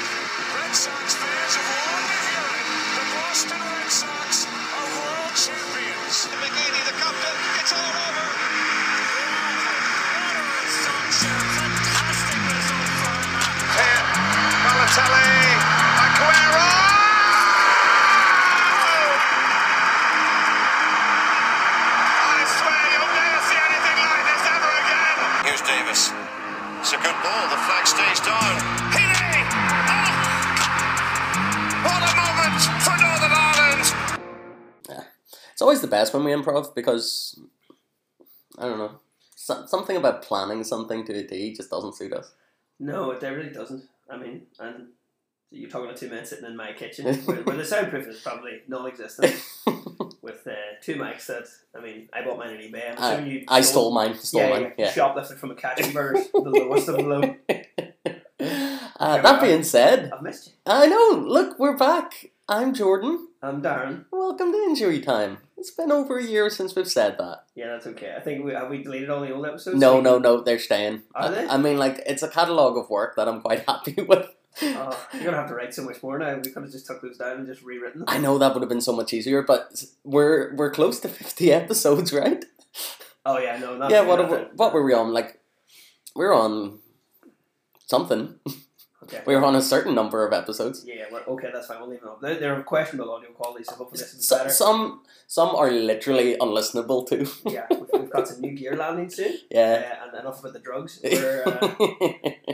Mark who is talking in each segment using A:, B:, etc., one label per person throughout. A: Red Sox fans have long been hearing the Boston Red Sox are world champions.
B: McEady, the captain, it's all over.
A: Here, Balotelli, Aguero! I swear you'll never see anything like this ever again.
B: Here's Davis. It's a good ball. The flag stays down. Heaney! Oh! What a moment for Northern Ireland.
C: Yeah. It's always the best when we improv because I don't know. So, something about planning something to a T just doesn't suit us.
D: No, it really doesn't. I mean, and you're talking to two men sitting in my kitchen where, where the soundproof is probably non-existent with uh, two mics that I mean, I bought mine on eBay. I'm assuming
C: I,
D: you
C: I stole mine. Stole
D: yeah,
C: mine. Yeah.
D: shoplifted from a catching bird, the lowest of the low.
C: Uh, that being said,
D: I've missed you.
C: I know. Look, we're back. I'm Jordan.
D: I'm Darren.
C: Welcome to Injury Time. It's been over a year since we've said that.
D: Yeah, that's okay. I think we have we deleted all the old episodes.
C: No, no, no. They're staying.
D: Are they?
C: I, I mean, like it's a catalog of work that I'm quite happy with.
D: Oh, you're gonna have to write so much more now. We could have just took those down and just rewritten them.
C: I know that would have been so much easier, but we're we're close to fifty episodes, right?
D: Oh yeah, no, not
C: yeah, what were, what were we on? Like, we were on something.
D: Okay.
C: We were on a certain number of episodes.
D: Yeah, well, okay, that's fine. We'll leave them up. They're, they're of questionable audio quality, so hopefully this is
C: So,
D: better.
C: some some are literally unlistenable too.
D: yeah, we've, we've got some new gear landing soon.
C: Yeah.
D: Uh, and enough about the drugs. We're, uh,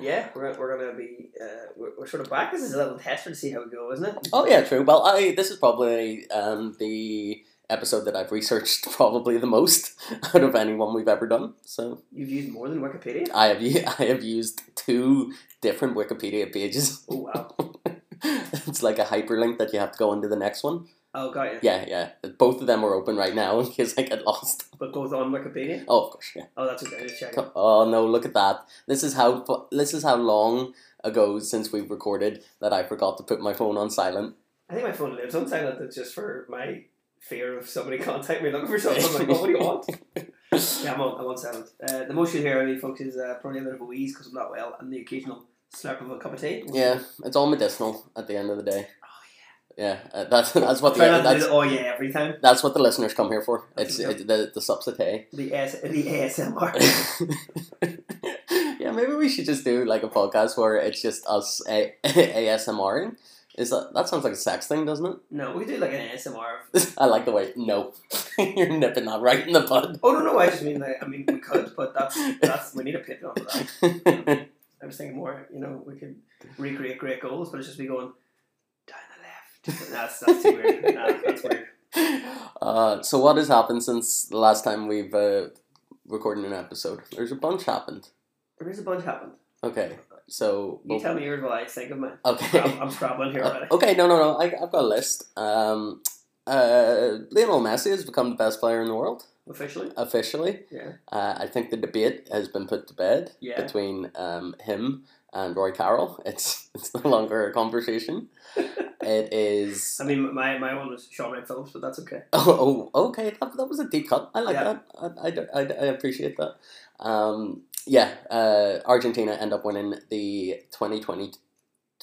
D: yeah, we're, we're gonna be uh, we're, we're sort of back. This is a little tester to see how we go, isn't it?
C: oh yeah, true. Well, I this is probably um, the episode that I've researched probably the most out of anyone we've ever done. So
D: You've used more than Wikipedia.
C: I have u- I have used two different Wikipedia pages.
D: Oh wow!
C: it's like a hyperlink that you have to go into the next one.
D: Oh, got you.
C: Yeah, yeah. Both of them are open right now in case I get lost.
D: But both on Wikipedia.
C: Oh, of course, yeah.
D: Oh, that's okay. Just check.
C: Oh no! Look at that. This is how fu- this is how long ago since we've recorded that I forgot to put my phone on silent.
D: I think my phone lives on silent. That's just for my fear of somebody contacting me looking for something. I'm like, oh, what do you want? yeah, I'm on, I'm on silent. Uh, the most you'll hear out of me, folks, is uh, probably a bit of a wheeze because I'm not well, and the occasional slurp of a cup of tea.
C: Yeah, it's all medicinal at the end of the day. Yeah, uh, that's that's what the,
D: Try not to do
C: that's,
D: the, oh yeah every time.
C: that's what the listeners come here for. It's
D: That's okay.
C: it, the the subsidy.
D: The AS, the ASMR.
C: yeah, maybe we should just do like a podcast where it's just us a- ASMRing. Is that that sounds like a sex thing, doesn't it?
D: no, we could do like an ASMR.
C: I like the way. No, you're nipping that right in the bud.
D: Oh no, no, I just mean like I mean we could, but that's that's we need a Patreon for that. I was thinking more, you know, we could recreate great goals, but it's just be going down the left. That's that's too weird. Nah, that's weird.
C: Uh, so what has happened since the last time we've uh, recorded an episode? There's a bunch happened.
D: There is a bunch happened.
C: Okay, so oh,
D: You tell me yours while I think of mine.
C: okay,
D: I'm, I'm scrabbling here
C: Uh,
D: already.
C: okay, no, no, no. I, I've got a list. Um, uh, Lionel Messi has become the best player in the world
D: Officially,
C: officially.
D: yeah.
C: Uh, I think the debate has been put to bed
D: Yeah.
C: between um, him and Roy Carroll. It's it's no longer a conversation. it is.
D: I mean, my, my one was Sean Ray Phillips, but that's okay.
C: Oh, oh, okay. That, that was a deep cut. I like
D: Yeah.
C: that. I, I, do- I, I appreciate that. Um, yeah, uh, Argentina end up winning the 2020,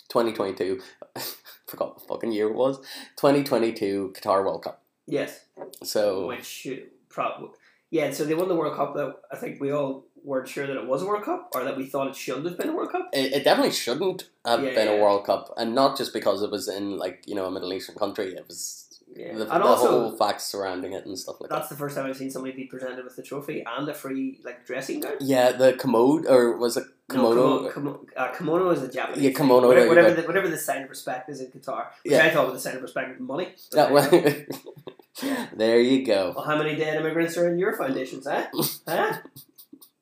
C: 2022, forgot what fucking year it was, 2022 Qatar World Cup.
D: Yes.
C: So,
D: Which probably yeah. So they won the World Cup. That I think we all weren't sure that it was a World Cup, or that we thought it should have been a World Cup.
C: it, it definitely shouldn't have
D: Yeah,
C: been a
D: yeah.
C: World Cup, and not just because it was in, like, you know, a Middle Eastern country. It was
D: Yeah.
C: the,
D: and
C: the
D: also,
C: whole facts surrounding it and stuff like that.
D: that's the first time I've seen somebody be presented with a trophy and a free like dressing gown.
C: Yeah, the commode, or was it kimono?
D: No, kimono, kimo- uh, kimono is a Japanese.
C: Yeah,
D: thing.
C: kimono,
D: Whatever,
C: yeah,
D: whatever,
C: but-
D: the, whatever the sign of respect is in Qatar, which
C: Yeah.
D: I thought was the sign of respect was money. but
C: Yeah,
D: there you
C: well,
D: go.
C: there you go.
D: Well, how many dead immigrants are in your foundations, eh? huh?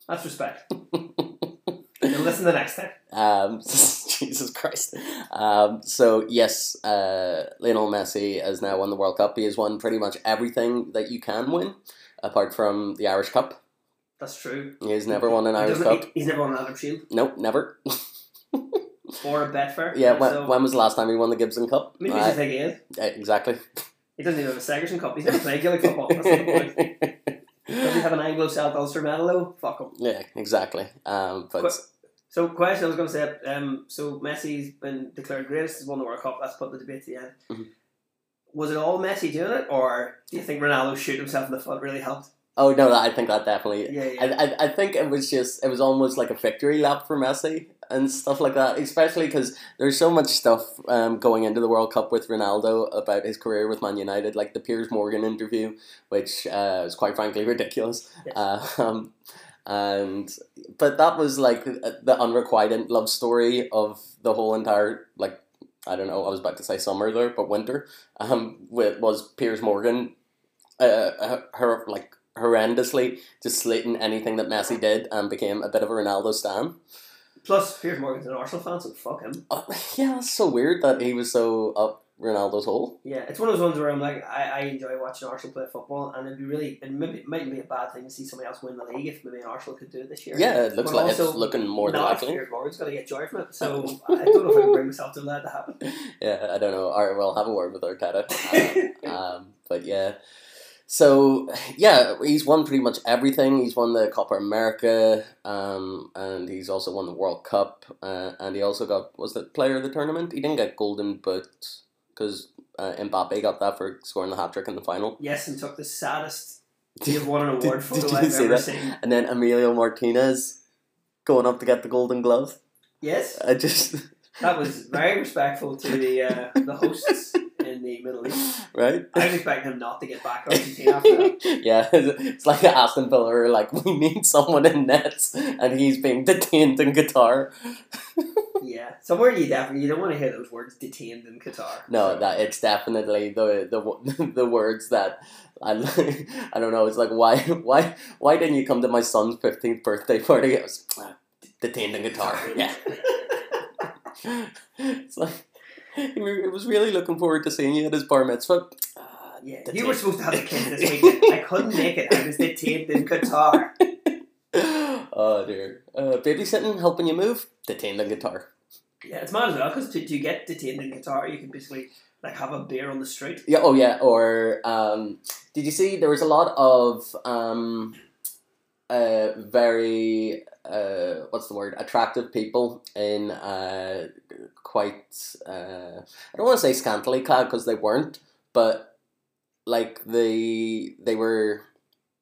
D: That's respect. now listen the next time.
C: Um, Jesus Christ. Um, so yes, uh, Lionel Messi has now won the World Cup. He has won pretty much everything that you can win, apart from the Irish Cup.
D: That's true.
C: He has never won an
D: He
C: Irish
D: doesn't-
C: Cup.
D: he- he's never won an Adam Shield
C: Nope, never.
D: or a Betfair.
C: Yeah, when,
D: so,
C: when was the last time he won the Gibson Cup?
D: maybe
C: Uh,
D: he's the thing he is.
C: yeah, exactly.
D: He doesn't even have a Segerson Cup. He's never played Gaelic football. That's not the point. Does he have an Anglo South Ulster medal though? Fuck him.
C: yeah, exactly. Um, but
D: Quick- So, question I was going to say. Um, so Messi's been declared greatest. He's won the World Cup. Let's put the debate to the end.
C: Mhm.
D: Was it all Messi doing it, or do you think Ronaldo shooting himself in the foot really helped?
C: Oh no, that- I think that definitely.
D: Yeah, yeah.
C: I, I, I think it was just it was almost like a victory lap for Messi and stuff like that. Especially because there's so much stuff um, going into the World Cup with Ronaldo about his career with Man United, like the Piers Morgan interview, which uh, is quite frankly ridiculous.
D: Yes.
C: Uh, um, and but that was like the, the unrequited love story of the whole entire like I don't know I was about to say summer there, but winter. Um, wa- was Piers Morgan uh, her like horrendously just slating anything that Messi did and became a bit of a Ronaldo stan.
D: Plus, Piers Morgan's an Arsenal fan, so fuck him.
C: Uh, yeah, it's so weird that he was so up Ronaldo's hole.
D: Yeah, it's one of those ones where I'm like, I, I enjoy watching Arsenal play football, and it'd be really, it maybe it mightn't be a bad thing to see somebody else win the league if maybe an Arsenal could do it this year.
C: Yeah, it looks
D: But
C: like it's
D: also
C: looking more than
D: Not if
C: likely.
D: Piers Morgan's gonna get joy from it, so I don't know if I can bring myself to allow that to happen.
C: Yeah, I don't know. All right, we'll have a word with Arteta. Um, um, but yeah. So yeah, he's won pretty much everything. He's won the Copa America, um, and he's also won the World Cup, uh, and he also got was the player of the tournament. He didn't get Golden Boot because uh, Mbappe got that for scoring the hat trick in the final.
D: Yes, and took the saddest you've won an award for
C: did you
D: I've
C: see
D: ever
C: that?
D: seen.
C: And then Emilio Martinez going up to get the Golden Glove.
D: Yes,
C: I just
D: that was very respectful to the uh, the hosts in the Middle East.
C: right.
D: I was expecting him not to get back Argentina after that.
C: yeah, it's like an Aston Villa, are like we need someone in nets, and he's being detained in Qatar.
D: Yeah, somewhere you definitely you don't want to hear those words detained in Qatar.
C: No,
D: So-
C: that it's definitely the the wo- the words that I I don't know. It's like why why why didn't you come to my son's fifteenth birthday party? It was "Ah, detained in Qatar. Yeah, it's like I was really looking forward to seeing you at his bar mitzvah. Ah,
D: Yeah, you
C: Detained.
D: were supposed to have a kid this weekend. I couldn't make it. I was detained in Qatar.
C: oh dear, uh, babysitting, helping you move, detained in Qatar.
D: Yeah, it's mad as well because to, to get detained in Qatar, you can basically like have a beer on the street.
C: Yeah. Oh, yeah. Or um, did you see there was a lot of um, uh, very uh, what's the word? Attractive people in uh, quite uh, I don't want to say scantily clad because they weren't, but like they they were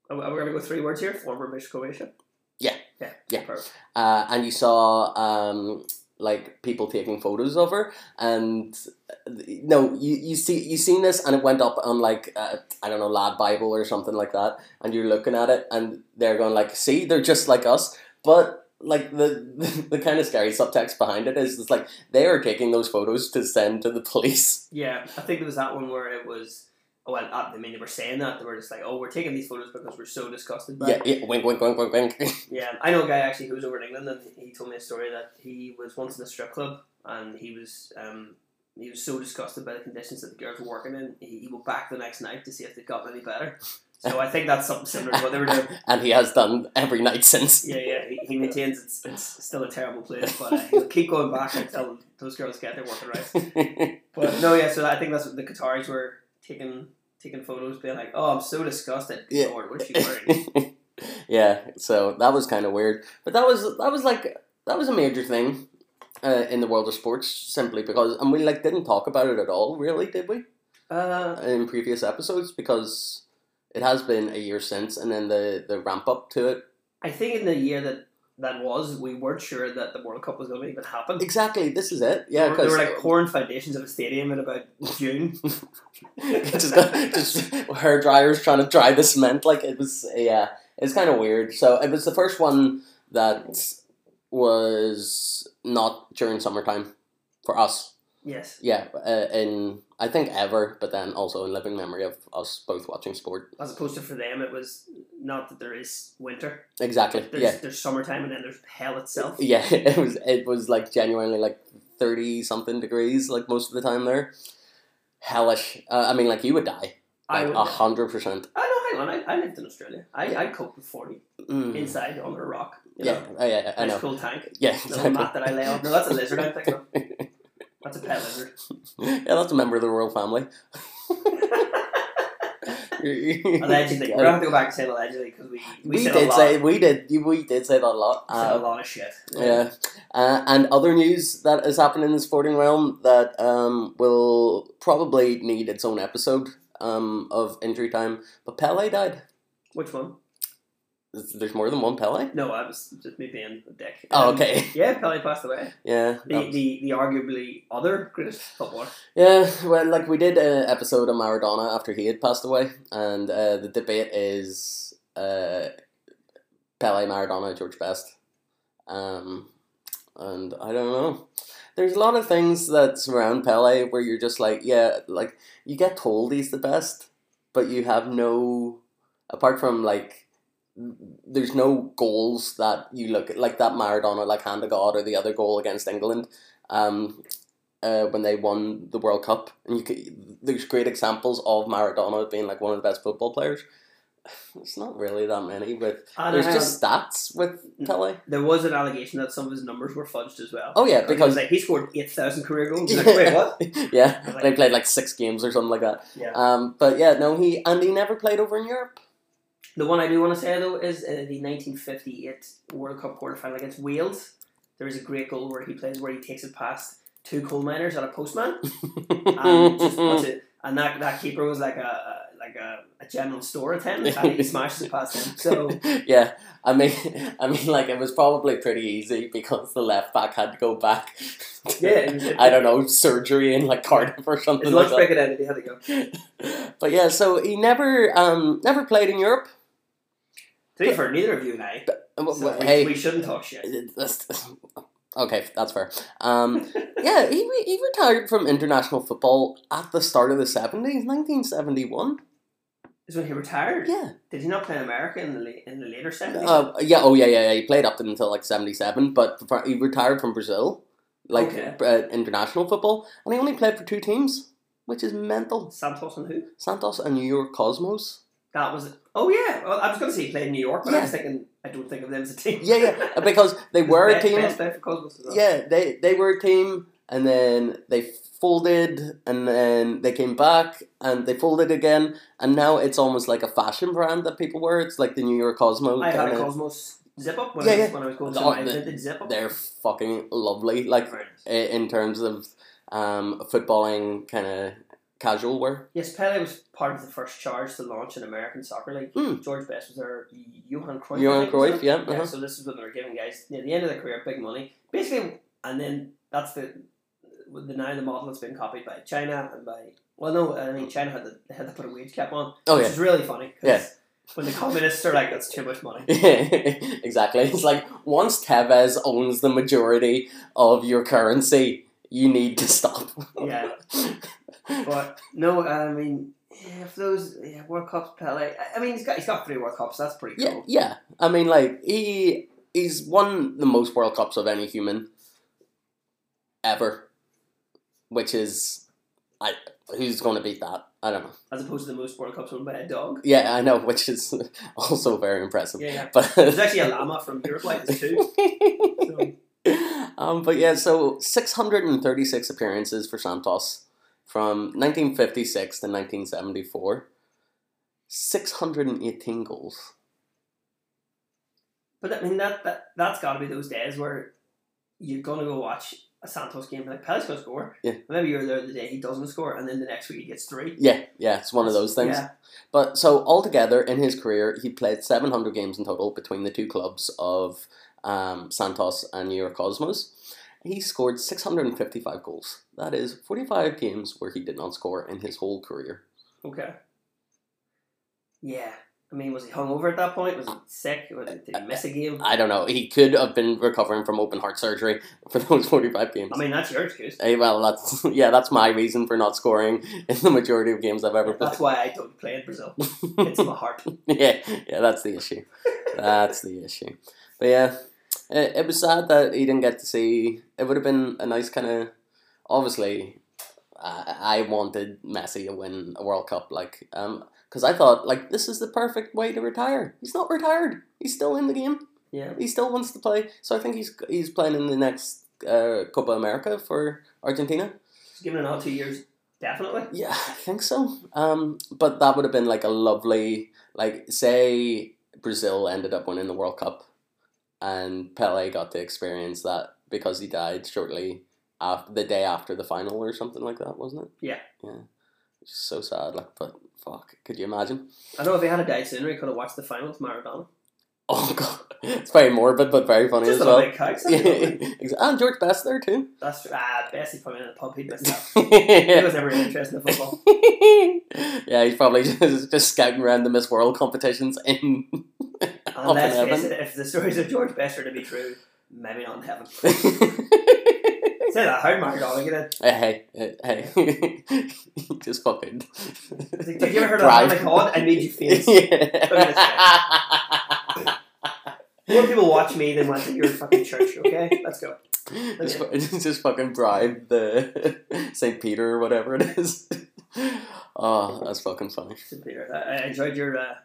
D: Are we- Oh, are we going to go three words here? Former Miss Croatia.
C: Yeah.
D: Yeah.
C: Yeah.
D: Perfect.
C: uh, and you saw um, like people taking photos of her and uh, no you, you see you seen this and it went up on like uh, i don't know lad bible or something like that and you're looking at it and they're going like see they're just like us but like the, the kind of scary subtext behind it is it's like they are taking those photos to send to the police
D: Yeah, I think there was that one where it was. Oh, well, I mean, they were saying that they were just like, "Oh, we're taking these photos because we're so disgusted by." it."
C: yeah, yeah wink wink wink wink wink
D: Yeah, I know a guy actually who was over in England, and he told me a story that he was once in a strip club, and he was um, he was so disgusted by the conditions that the girls were working in, he, he went back the next night to see if they got any better. So I think that's something similar to what they were doing.
C: and he has done every night since
D: Yeah, yeah. He, he maintains it's, it's still a terrible place, but uh, he'll keep going back until those girls get their working right. But no, yeah. So I think that's what the Qataris were taking taking photos, being like, "Oh, I'm so disgusted.
C: Yeah.
D: Lord, what is she wearing?"
C: yeah, so that was kind of weird, but that was that was like that was a major thing uh, in the world of sports simply because, and we like didn't talk about it at all, really, did we?
D: Uh,
C: In previous episodes, because it has been a year since, and then the the ramp up to it.
D: I think in the year that that was, we weren't sure that the World Cup was going to even happen.
C: Exactly, this is it. Yeah,
D: they, were, they
C: because
D: were like pouring foundations of a stadium in about June.
C: just, got- just hair dryers trying to dry the cement. Like it was, yeah, it's kind of weird. So it was the first one that was not during summertime for us.
D: yes,
C: Yeah, uh, in I think ever, but then also in living memory of us both watching sport.
D: as opposed to for them, it was not that there is winter.
C: Exactly.
D: There's,
C: yeah,
D: there's summertime, and then there's hell itself.
C: yeah. It was it was like genuinely like thirty something degrees like most of the time there. Hellish. Uh, I mean, like you would die.
D: I
C: Like
D: would.
C: a hundred percent.
D: Oh no, hang on. I, I lived in Australia. I, I coped with forty
C: Mm.
D: inside under a rock. You
C: Yeah,
D: know,
C: yeah, yeah, I
D: nice
C: know.
D: cool tank.
C: Yeah,
D: Little
C: exactly.
D: mat that I lay on. No, that's a lizard. I think. no. That's a pet lizard.
C: Yeah, that's a member of the royal family.
D: Allegedly, we don't have to go back and say allegedly because we, we,
C: we
D: said a
C: did
D: lot,
C: say we did we did say that a lot.
D: said a
C: Uh,
D: lot of shit.
C: yeah, Uh, and other news that has happened in the sporting realm that um, will probably need its own episode um, of injury time. But Pele died.
D: Which one?
C: There's there's more than one Pele.
D: No, I was just me being a dick.
C: Oh,
D: Um,
C: okay.
D: Yeah, Pele passed away.
C: Yeah. that
D: The,
C: was-
D: the the arguably other greatest footballer.
C: Yeah, well, like we did an episode on Maradona after he had passed away, and uh, the debate is uh, Pele, Maradona, George Best, um, and I don't know. There's a lot of things that surround Pele where you're just like, yeah, like you get told he's the best, but you have no, apart from like, there's no goals that you look at like that Maradona, like hand of God, or the other goal against England. Um, uh, when they won the World Cup, and you could, there's great examples of Maradona being like one of the best football players. It's not really that many, but
D: And
C: there's
D: hang on,
C: just stats with
D: Mm.
C: Pele.
D: there was an allegation that some of his numbers were fudged as well.
C: Oh yeah,
D: Like, it
C: because
D: was like he scored eight thousand career goals. Like, Wait, what?
C: yeah,
D: Like-
C: and he played like six games or something like that.
D: Yeah.
C: Um, but yeah, no, he and he never played over in Europe.
D: The one I do want to say though is uh, the 1958 World Cup quarterfinal against Wales. There is a great goal where he plays where he takes it past two coal miners and a postman, and just puts it. And that, that keeper was like a, a like a, a general store attendant, and he smashes it past him. So
C: yeah, I mean, I mean, like it was probably pretty easy because the left back had to go back. to,
D: Yeah, it was-
C: I don't know surgery in like Cardiff or something.
D: his
C: like
D: lunch
C: that.
D: break had ended. He had to go.
C: but yeah, so he never um never played in Europe.
D: To be fair, neither of you and I.
C: W-
D: So
C: w-
D: we,
C: hey,
D: we shouldn't talk shit.
C: that's- okay, that's fair. Um, yeah, he re- he retired from international football at the start of the seventies, nineteen seventy one.
D: Is when he retired.
C: Yeah,
D: Did he not play in America in the la- in the later seventies?
C: uh, yeah, oh yeah, yeah, yeah. He played up until like seventy seven, but fr- he retired from Brazil, like
D: Okay.
C: uh, international football, and he only played for two teams, which is mental:
D: Santos and who?
C: Santos and New York Cosmos.
D: That was. Oh yeah. Well, I was going to say he played in New York, but I
C: Yeah.
D: was thinking I don't think of them as a team.
C: Yeah, yeah, because they were a
D: Best-
C: team.
D: best player for Cosmos as well.
C: Yeah, they they were a team, and then they folded, and then they came back, and they folded again, and now it's almost like a fashion brand that people wear. It's like the New York Cosmo.
D: I had a
C: kinda-
D: Cosmos zip up when,
C: Yeah,
D: I, was,
C: yeah.
D: when I was going
C: The-
D: to my
C: the-
D: vintage zip up.
C: They're fucking lovely, like
D: Very nice.
C: i- in terms of um, footballing kind of casual wear.
D: Yes, Pele was part of the first charge to launch an American soccer league.
C: Hmm.
D: George Best was there. Johan Cruyff. I
C: Johan
D: think, was
C: Cruyff,
D: it?
C: yeah,
D: yeah.
C: uh-huh.
D: So this is what they were giving guys near the end of their career, big money, basically. And then that's the with the now the model that's been copied by China and by well, no, I mean China had to, they had to put a wage cap on,
C: Oh
D: which
C: yeah.
D: is really funny. 'cause
C: Yeah.
D: When the communists are like, that's too much money.
C: exactly. It's like once Tevez owns the majority of your currency, you need to stop.
D: Yeah. But no, I mean, if those yeah, World Cups, Pele. I- I mean, he's got he's got three World Cups. That's pretty
C: Yeah,
D: cool.
C: yeah. I mean, like he he's won the most World Cups of any human ever, which is I who's going to beat that? I don't know.
D: As opposed to the most World Cups won by a dog.
C: Yeah, I know, which is also very impressive.
D: Yeah, yeah. There's
C: But
D: actually a llama from Uruguay that's two. So,
C: um, but yeah, so six hundred and thirty six appearances for Santos from nineteen fifty six to nineteen seventy four. Six hundred and eighteen goals.
D: but I mean that that that's got to be those days where you're gonna go watch a Santos game and like Pele's gonna score.
C: Yeah.
D: And maybe you're there the day he doesn't score, and then the next week he gets three.
C: Yeah, yeah, it's one of those things.
D: Yeah.
C: But so altogether in his career, he played 700 games in total between the two clubs of um, Santos and New York Cosmos. He scored 655 goals. That is 45 games where he did not score in his whole career.
D: Okay. Yeah. I mean, was he hungover at that point? Was he sick? Was he, did he miss a game?
C: I don't know. He could have been recovering from open heart surgery for those 45 games.
D: I mean, that's your excuse.
C: Hey, well, that's yeah, that's my reason for not scoring in the majority of games I've ever played.
D: That's why I don't play in Brazil. It's my heart.
C: yeah, yeah, that's the issue. That's the issue. But yeah, it, it was sad that he didn't get to see. It would have been a nice kind of. Obviously, I, I wanted Messi to win a World Cup, like um, because I thought like this is the perfect way to retire. He's not retired. He's still in the game.
D: Yeah.
C: He still wants to play. So I think he's he's playing in the next uh, Copa America for Argentina.
D: Just giving it another two years, definitely.
C: Yeah, I think so. Um, but that would have been like a lovely, like, say Brazil ended up winning the World Cup, and Pele got to experience that because he died shortly after the day after the final or something like that, wasn't it?
D: Yeah.
C: Yeah. Which is so sad. Like, but fuck, could you imagine?
D: I know if he had a died sooner, he could have watched the finals, Maradona.
C: Oh god, it's very morbid but very funny as
D: Just a little
C: well.
D: bit cocky,
C: Yeah,
D: something.
C: exa- and George Best there too.
D: That's ah, Bessie probably in a pub. He doesn't. have- He
C: yeah.
D: was never really interested in football.
C: he's probably just, just scouting around the Miss World competitions in.
D: And let's
C: in
D: face
C: heaven.
D: it, if the stories of George Best are to be true, maybe not in heaven. Say that, how Maradona get it?
C: hey, hey, hey. just fucking.
D: Did you ever heard
C: Drive.
D: of that? God, I made you face.
C: Yeah.
D: More people watch me than watch your fucking church. Okay, let's go.
C: just, fu- just fucking bribe the St. Peter or whatever it is. Oh, that's fucking funny.
D: St. Peter. I, I enjoyed your uh,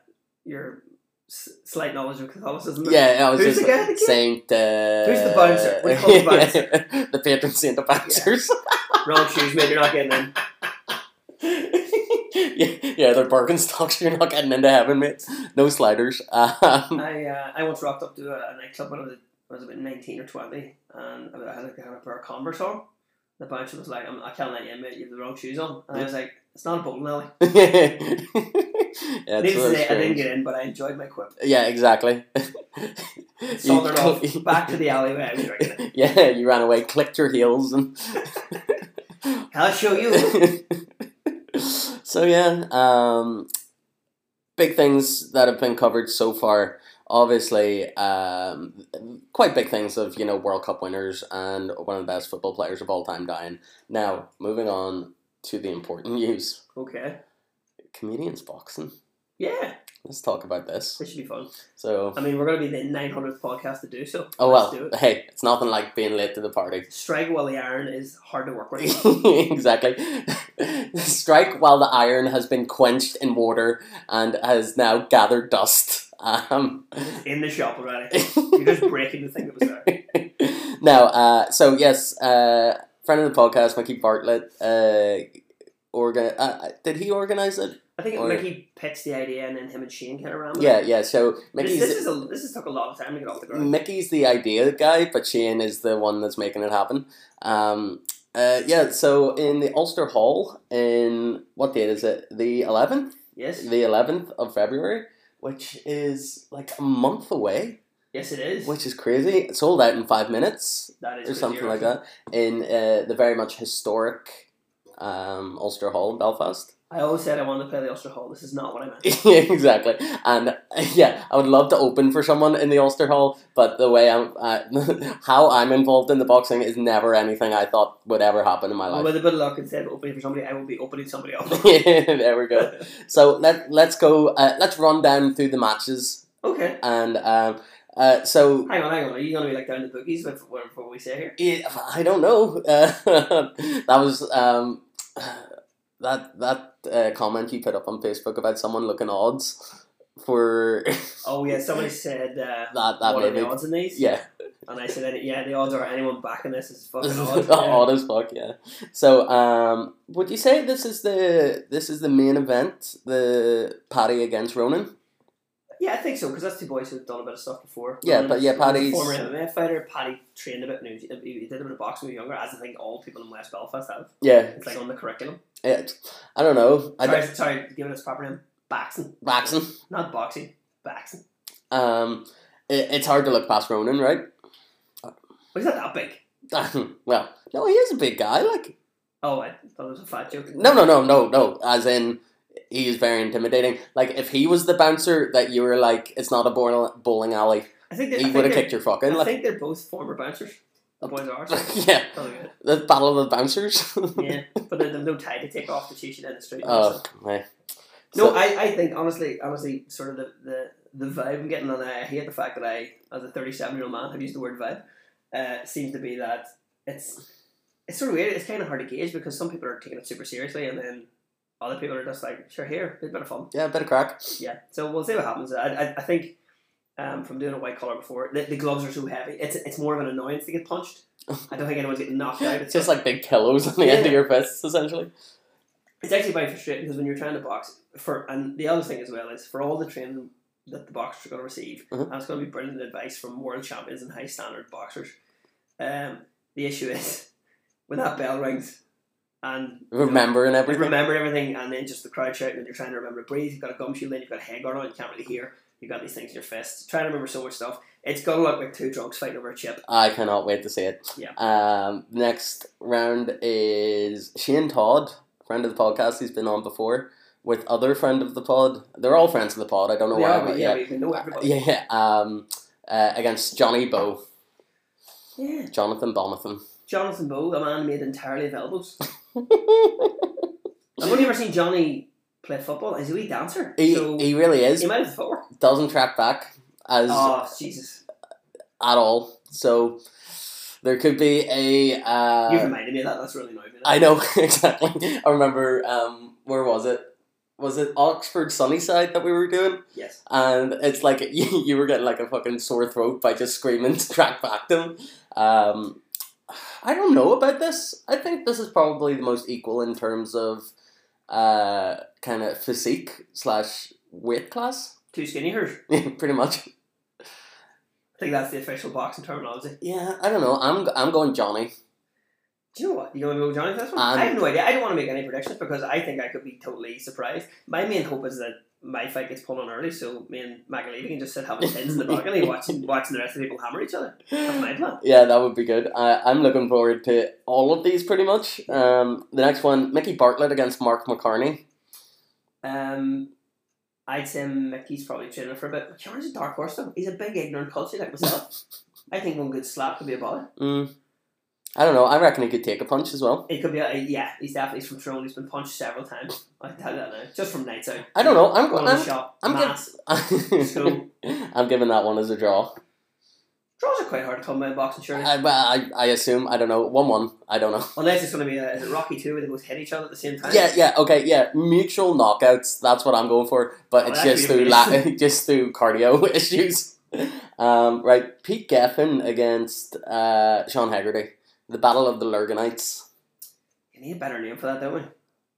D: your s- slight knowledge of Catholicism.
C: Yeah, I was
D: Who's
C: just
D: the guy that
C: Saint. Uh,
D: Who's the bouncer? We call him bouncer.
C: the patron saint of bouncers.
D: Wrong shoes, mate. You're not getting in.
C: yeah, yeah, they're Birkenstocks. You're not getting into heaven, mate. No sliders. Um,
D: I uh, I once rocked up to a, a nightclub when I was, when I was about 19 or 20 and I had like I had a pair of Converse on. The bouncer was like, I'm, I can't let you in, mate, you have the wrong shoes on. And I was like, it's not a bowling alley.
C: yeah, it's
D: Needless
C: really
D: to say, I didn't
C: strange.
D: get in, but I enjoyed my quip.
C: Yeah, exactly.
D: Sauntered
C: cl-
D: off back to the alleyway I was drinking. in.
C: yeah, you ran away, clicked your heels, and
D: I'll show you.
C: so yeah, um, big things that have been covered so far. Obviously, um, quite big things of you know World Cup winners and one of the best football players of all time dying. Now moving on to the important news:
D: Okay.
C: comedians boxing.
D: Yeah,
C: Let's talk about this.
D: this should be fun.
C: So,
D: I mean, we're going to be the 900th podcast to do so.
C: oh
D: Let's do
C: well,
D: it.
C: hey, it's nothing like being late to the party.
D: Strike while the iron is hard to work with.
C: exactly. Strike while the iron has been quenched in water and has now gathered dust. Um,
D: in the shop already. You're just breaking the thing that was there.
C: now, uh, so yes, uh, friend of the podcast, Mickey Bartlett, uh, organ- uh, did he organise it?
D: I think
C: Or-
D: Mickey pitched the idea and then him and Shane kind of ran with it.
C: Yeah, yeah. So
D: This,
C: Mickey's
D: this is a, this has took a lot of time to get off the ground.
C: Mickey's the idea guy, but Shane is the one that's making it happen. Um, uh, yeah. So in the Ulster Hall, in what date is it? The eleventh.
D: Yes,
C: the 11th of February, which is like a month away,
D: yes, it is.
C: which is crazy. It sold out in five minutes
D: that
C: or
D: is crazy,
C: something
D: I
C: like
D: reckon.
C: that in uh, the very much historic um, Ulster Hall in Belfast.
D: I always said I wanted to play the Ulster Hall. This is not what I meant.
C: exactly. And uh, yeah, I would love to open for someone in the Ulster Hall, but the way I'm, uh, how I'm involved in the boxing is never anything I thought would ever happen in my
D: Well,
C: life.
D: with a bit of luck, instead of opening for somebody, I will be opening somebody up.
C: there we go. So let let's go. Uh, let's run down through the matches
D: okay,
C: and um, uh, so
D: hang on, hang on. Are you going to be like down the bookies with what, what we say here?
C: Yeah, I don't know. Uh, that was um, that that uh, comment you put up on Facebook about someone looking odds for
D: Oh yeah, somebody said uh,
C: that that
D: what are the
C: maybe.
D: odds in these?
C: Yeah,
D: and I said yeah, the odds are anyone backing this is fucking odds.
C: odd as fuck. Yeah. So, um, would you say this is the this is the main event, the Paddy against Ronan?
D: Yeah, I think so because that's two boys who've done a bit of stuff before.
C: Yeah,
D: Ronan
C: but yeah,
D: was a
C: Paddy's-
D: former MMA fighter. Paddy trained a bit. When he, was, he did a bit of boxing when he was younger, as I think all people in West Belfast have.
C: Yeah,
D: It's like on the curriculum.
C: it, I don't know. I
D: Sorry,
C: don't,
D: sorry, give it its proper name. Boxing,
C: Baxton.
D: not boxing. Boxing.
C: Um, it, it's hard to look past Ronan, right?
D: But he's not that big.
C: well, no, he is a big guy. Like
D: Oh, I thought it was a fat joke.
C: No, no, no, no, no. As in, he is very intimidating. Like, if he was the bouncer that you were like, it's not a bowling, bowling alley,
D: I think they,
C: he
D: I
C: would have
D: think they're-
C: kicked your fucking.
D: I
C: Like,
D: think they're both former bouncers. The boys are. So
C: yeah,
D: probably good.
C: the battle of the bouncers.
D: yeah, but they- they've no tie to take off to chase you down the street.
C: oh, my.
D: No,
C: So-
D: I, I think honestly, honestly, sort of the, the, the vibe I'm getting, and I hate the fact that I, as a 37 year old man, have used the word vibe. Uh, seems to be that it's it's sort of weird. It's kind of hard to gauge because some people are taking it super seriously, and then other people are just like, sure, here, bit bit of fun.
C: yeah, a bit of crack.
D: Yeah. So we'll see what happens. I, I, I think um, from doing a white collar before, the, the gloves are so heavy. It's it's more of an annoyance to get punched. I don't think anyone's getting knocked out.
C: It's just like big pillows on the end of your fists, essentially.
D: it's actually very frustrating because when you're trying to box for and the other thing as well is for all the training that the boxers are going to receive
C: Mhm.
D: and it's going to be brilliant advice from world champions and high standard boxers Um, the issue is when that bell rings and
C: Remembering
D: we
C: everything.
D: remember everything and then just the crowd shouting and you're trying to remember to breathe, you've got a gum shield in, you've got a head guard on, you can't really hear, you've got these things in your fists, trying to remember so much stuff. It's gonna look like two drunks fighting over a chip.
C: I cannot wait to see it.
D: Yeah.
C: Um, next round is Shane Todd, friend of the podcast. He's been on before with other friend of the pod. They're all friends of the pod. I don't know why.
D: yeah,
C: but
D: but yeah, we know everybody.
C: yeah, yeah. Um, uh, against Johnny Bow,
D: Yeah.
C: Jonathan Bonathan.
D: Jonathan Bow, a man made entirely of elbows. I've only ever seen Johnny play football. He's a wee dancer.
C: He,
D: so
C: he really is.
D: he might have footwork.
C: Doesn't track back as
D: Oh Jesus.
C: at all. So there could be a. Uh,
D: You've reminded me of that, that's really annoying. me.
C: I know exactly. I remember. Um, where was it? Was it Oxford Sunnyside that we were doing?
D: Yes.
C: And it's like you, you were getting like a fucking sore throat by just screaming track back them. Um, I don't know about this. I think this is probably the most equal in terms of uh, kind of physique slash weight class,
D: Two skinny hairs.
C: pretty much.
D: I think that's the official boxing terminology.
C: Yeah, I don't know. I'm I'm going Johnny.
D: Do you know what? You going to go with Johnny for this one?
C: Um,
D: I have no idea. I don't want to make any predictions because I think I could be totally surprised. My main hope is that my fight gets pulled on early, so me and McAlevey can just sit having tins in the balcony watching watching the rest of the people hammer each other. That's my plan.
C: Yeah, that would be good. I, I'm looking forward to all of these pretty much. Um, the next one, Mickey Bartlett against Mark McCarney.
D: Um, I'd say Mickey's probably training for a bit. But Johnny's a dark horse though. He's a big ignorant culture like myself. I think one good slap could be a bother.
C: Mm, I don't know. I reckon he could take a punch as well.
D: It could be a yeah. He's definitely he's from Toronto. He's been punched several times. I can tell you that now. Just from nights out.
C: I don't know. I'm
D: One
C: going. I'm,
D: shot.
C: I'm gonna-
D: mass. So-
C: I'm giving that one as a draw.
D: Draws are quite hard to come by in boxing, surely.
C: I, well, I, I assume. I don't know. One one. I don't know.
D: Unless it's going to be a, is it Rocky 2 where they both hit each other at the same time.
C: Yeah, yeah, okay, yeah. Mutual knockouts. That's what I'm going for. But
D: Oh,
C: it's
D: that'd
C: just
D: be
C: through la- just through cardio issues. Um, right, Pete Geffen against uh, Sean Haggerty. The Battle of the Lurganites.
D: You need a better name for that, don't we?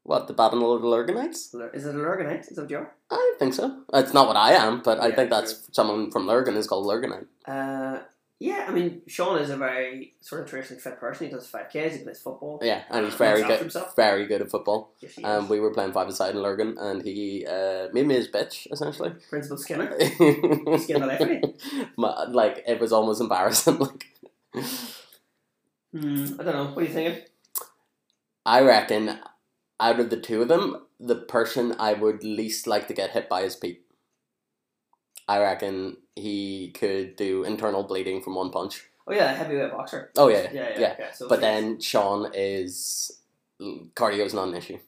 C: What? The Battle of the Lurganites?
D: Lur- Is it a Lurganite? Is that what you are?
C: I think so. It's not what I am, but I
D: Yeah,
C: think that's someone from Lurgan is called Lurganite.
D: Uh, yeah, I mean, Sean is a very sort of traditionally fit person. He does 5Ks, he plays football.
C: Yeah, and he's
D: Uh,
C: very
D: looks after
C: good,
D: himself.
C: very good at football.
D: Yes, he
C: Um,
D: is.
C: we were playing five aside in Lurgan, and he uh, made me his bitch essentially.
D: Principal Skinner. Skinner the left of me.
C: My- like it was almost embarrassing. Like
D: Hmm, I don't know. What are you thinking?
C: I reckon, out of the two of them, the person I would least like to get hit by is Pete. I reckon he could do internal bleeding from one punch.
D: Oh, yeah, heavyweight boxer.
C: Oh yeah,
D: Yeah, yeah.
C: Yeah,
D: okay, so
C: but then Sean is cardio's not an issue,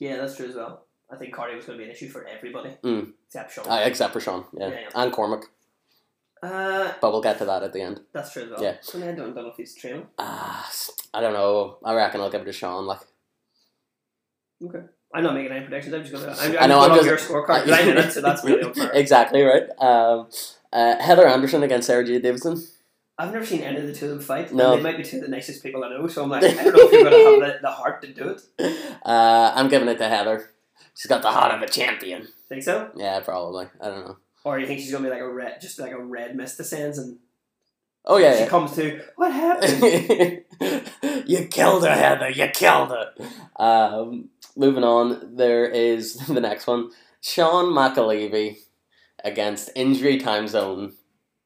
D: Yeah, that's true as well. I think cardio was going to be an issue for everybody.
C: Mm.
D: Except Sean.
C: uh, except for Sean. Yeah.
D: Yeah, yeah.
C: and Cormac.
D: Uh,
C: But we'll get to that at the end.
D: that's true as well.
C: Yeah.
D: So then I don't, don't know if he's training.
C: Ah, s- I don't know. I reckon I'll give it to Sean. Like
D: I'm not making any predictions. I'm just going to. I'm,
C: I know,
D: I'm
C: I'm
D: just going off your scorecard. 'cause I did it, so that's really unfair.
C: exactly right. Um, uh, Heather Anderson against Sarah J. Davidson.
D: I've never seen any of the two of them fight.
C: No.
D: And they might be two of the nicest people I know, so I'm like, I don't know if you're going to have the, the heart to do it.
C: Uh, I'm giving it to Heather. She's got the heart of a champion.
D: Think so?
C: Yeah, probably. I don't know.
D: Or you think she's going to be like a red, just like a red mist descends and
C: Oh
D: she
C: yeah.
D: comes to, what happened?
C: yeah. you killed her, Heather. You killed her. Um, moving on, there is the next one: Sean McAlevey against injury time zone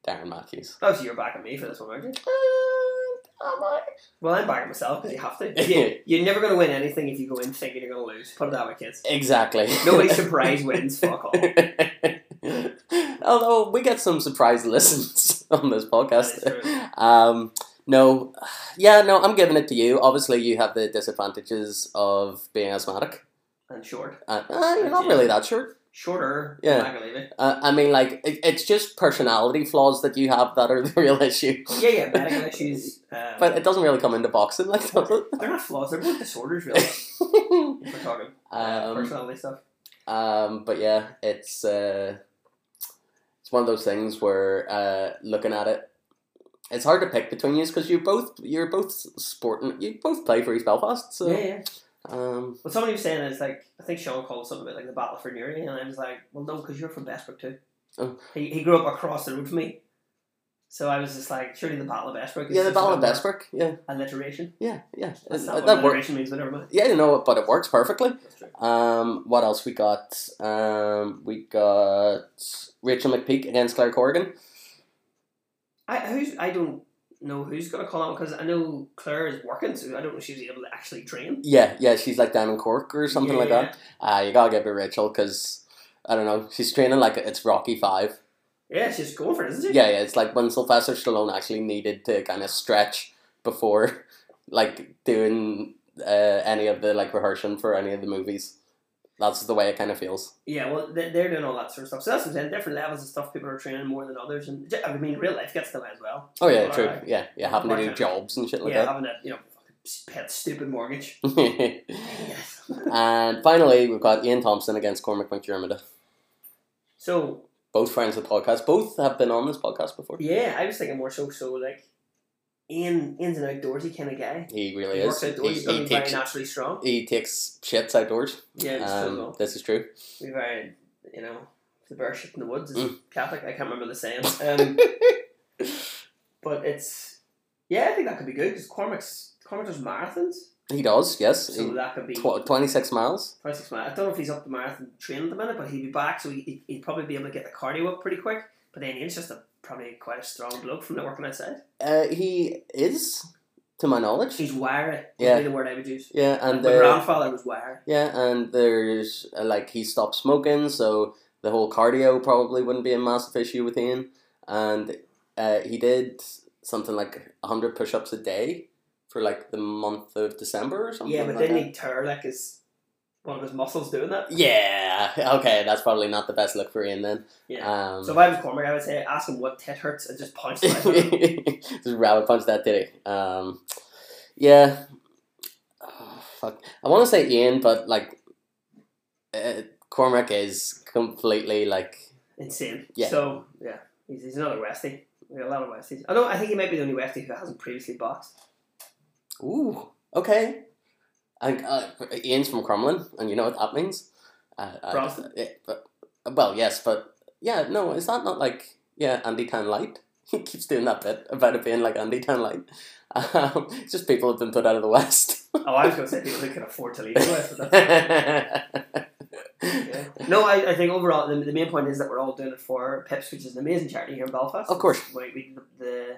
C: Darren Matthews.
D: oh, so you're backing me for this one, aren't you?
C: Uh, am I?
D: Well, I'm backing myself because you have to. You, you're never going to win anything if you go in thinking you're going to lose. Put it that way, kids.
C: Exactly.
D: Nobody surprise wins, fuck all.
C: Although we get some surprise listens on this podcast.
D: That is true.
C: Um, no, yeah, no, I'm giving it to you. Obviously, you have the disadvantages of being asthmatic.
D: And short.
C: Uh, uh, you're not really that sure.
D: Shorter.
C: Yeah.
D: I'm not going to leave it.
C: Uh, I mean, like, it, it's just personality flaws that you have that are the real issue.
D: Yeah, yeah, medical issues. Um,
C: But it doesn't really come into boxing, like, does it?
D: they're not flaws, they're both disorders, really. if we're talking uh,
C: um,
D: personality stuff.
C: um, but yeah, it's uh, it's one of those things where uh, looking at it, it's hard to pick between you because you both you're both sporting, you both play for East Belfast, so
D: yeah, yeah.
C: um,
D: Well, somebody was saying it's like I think Sean called something about like the battle for Newry, and I was like, well, no, because you're from Bestbrook too.
C: Oh.
D: He, he grew up across the road from me, So I was just like, surely the Battle of Bestwick. is
C: Yeah, the
D: just
C: Battle of
D: about
C: Bestwick. Yeah,
D: Alliteration.
C: yeah, yeah.
D: That's not
C: That-
D: what
C: that works.
D: alliteration means, but never mind.
C: Yeah, you know, but it works perfectly.
D: That's true.
C: Um, what else we got? Um, we got Rachel McPeak against Claire Corrigan.
D: I who's I don't know who's gonna call out because I know Claire is working, so I don't know if she's able to actually train.
C: Yeah, yeah, she's like down in Cork or something like that. Ah, you gotta give it Rachel because I don't know, she's training like it's Rocky Five.
D: Yeah, she's going for it, isn't she?
C: Yeah, yeah, it's like when Sylvester Stallone actually needed to kind of stretch before, like doing uh, any of the like rehearsing for any of the movies. That's the way it kind of feels.
D: Yeah, well, they- they're doing all that sort of stuff. So that's what I'm saying. Different levels of stuff. People are training more than others, and j- I mean, real life gets them as well.
C: Oh yeah,
D: People are
C: true.
D: like,
C: Yeah, yeah, having to do jobs and shit like
D: yeah, having a you know fucking pet stupid mortgage.
C: that.
D: Yes.
C: and finally, we've got Ian Thompson against Cormac McDermott.
D: so
C: Both friends of the podcast. Both have been on this podcast before.
D: yeah, I was thinking more so so like, Ian Ian's an outdoorsy kind of guy.
C: He really
D: He
C: is.
D: works
C: Oh, He,
D: outdoors. He's
C: he
D: probably very
C: takes
D: naturally strong.
C: he takes shits outdoors.
D: Yeah, he's so
C: Um,
D: well.
C: this is true.
D: We very, you know, the bear shit in the woods is
C: Mm.
D: Catholic. I can't remember the saying. Um, but it's yeah, I think that could be good because Cormac's Cormac does marathons,
C: He does. Yes.
D: so that could be
C: Tw- Twenty six miles.
D: twenty six miles. I don't know if he's up the marathon train at the minute, but he'd be back, so he, he'd probably be able to get the cardio up pretty quick. But then he's just a probably quite a strong bloke from the working outside.
C: Uh, he is, to my knowledge.
D: He's wiry.
C: Yeah.
D: would be the word I would use.
C: Yeah, and
D: My
C: uh,
D: grandfather was wiry.
C: yeah, and there's uh, like he stopped smoking, so the whole cardio probably wouldn't be a massive issue with Ian. And uh, he did something like hundred push-ups a day for like the month of December or something.
D: Yeah, but
C: like
D: then
C: that.
D: he tear like his one of his muscles doing that.
C: Yeah. Okay, that's probably not the best look for Ian then.
D: Yeah.
C: Um,
D: So if I was Cormac, I would say ask him what tit hurts and just punch him. out.
C: just rabbit punch that did it. Um, yeah. Oh, fuck. I want to say Ian, but like, uh, Cormac is completely like.
D: Insane.
C: Yeah.
D: So yeah, he's, he's another Westie. We got a lot of Westies. I know. I think he might be the only Westie who hasn't previously boxed.
C: Ooh. Okay. And uh, Ian's from Crumlin, and you know what that means. Uh, uh,
D: Bronson?
C: yeah, but, well, yes, but yeah, no, is that not like yeah, Andy Tan Light? He keeps doing that bit about it being like Andy Tan Light. Um, it's just people have been put out of the West.
D: Oh, I was going to say people who can afford to leave the West. But that's,
C: of
D: yeah. No, I, I think overall the, the main point is that we're all doing it for Pips, which is an amazing charity here in Belfast.
C: course.
D: We, we did the, the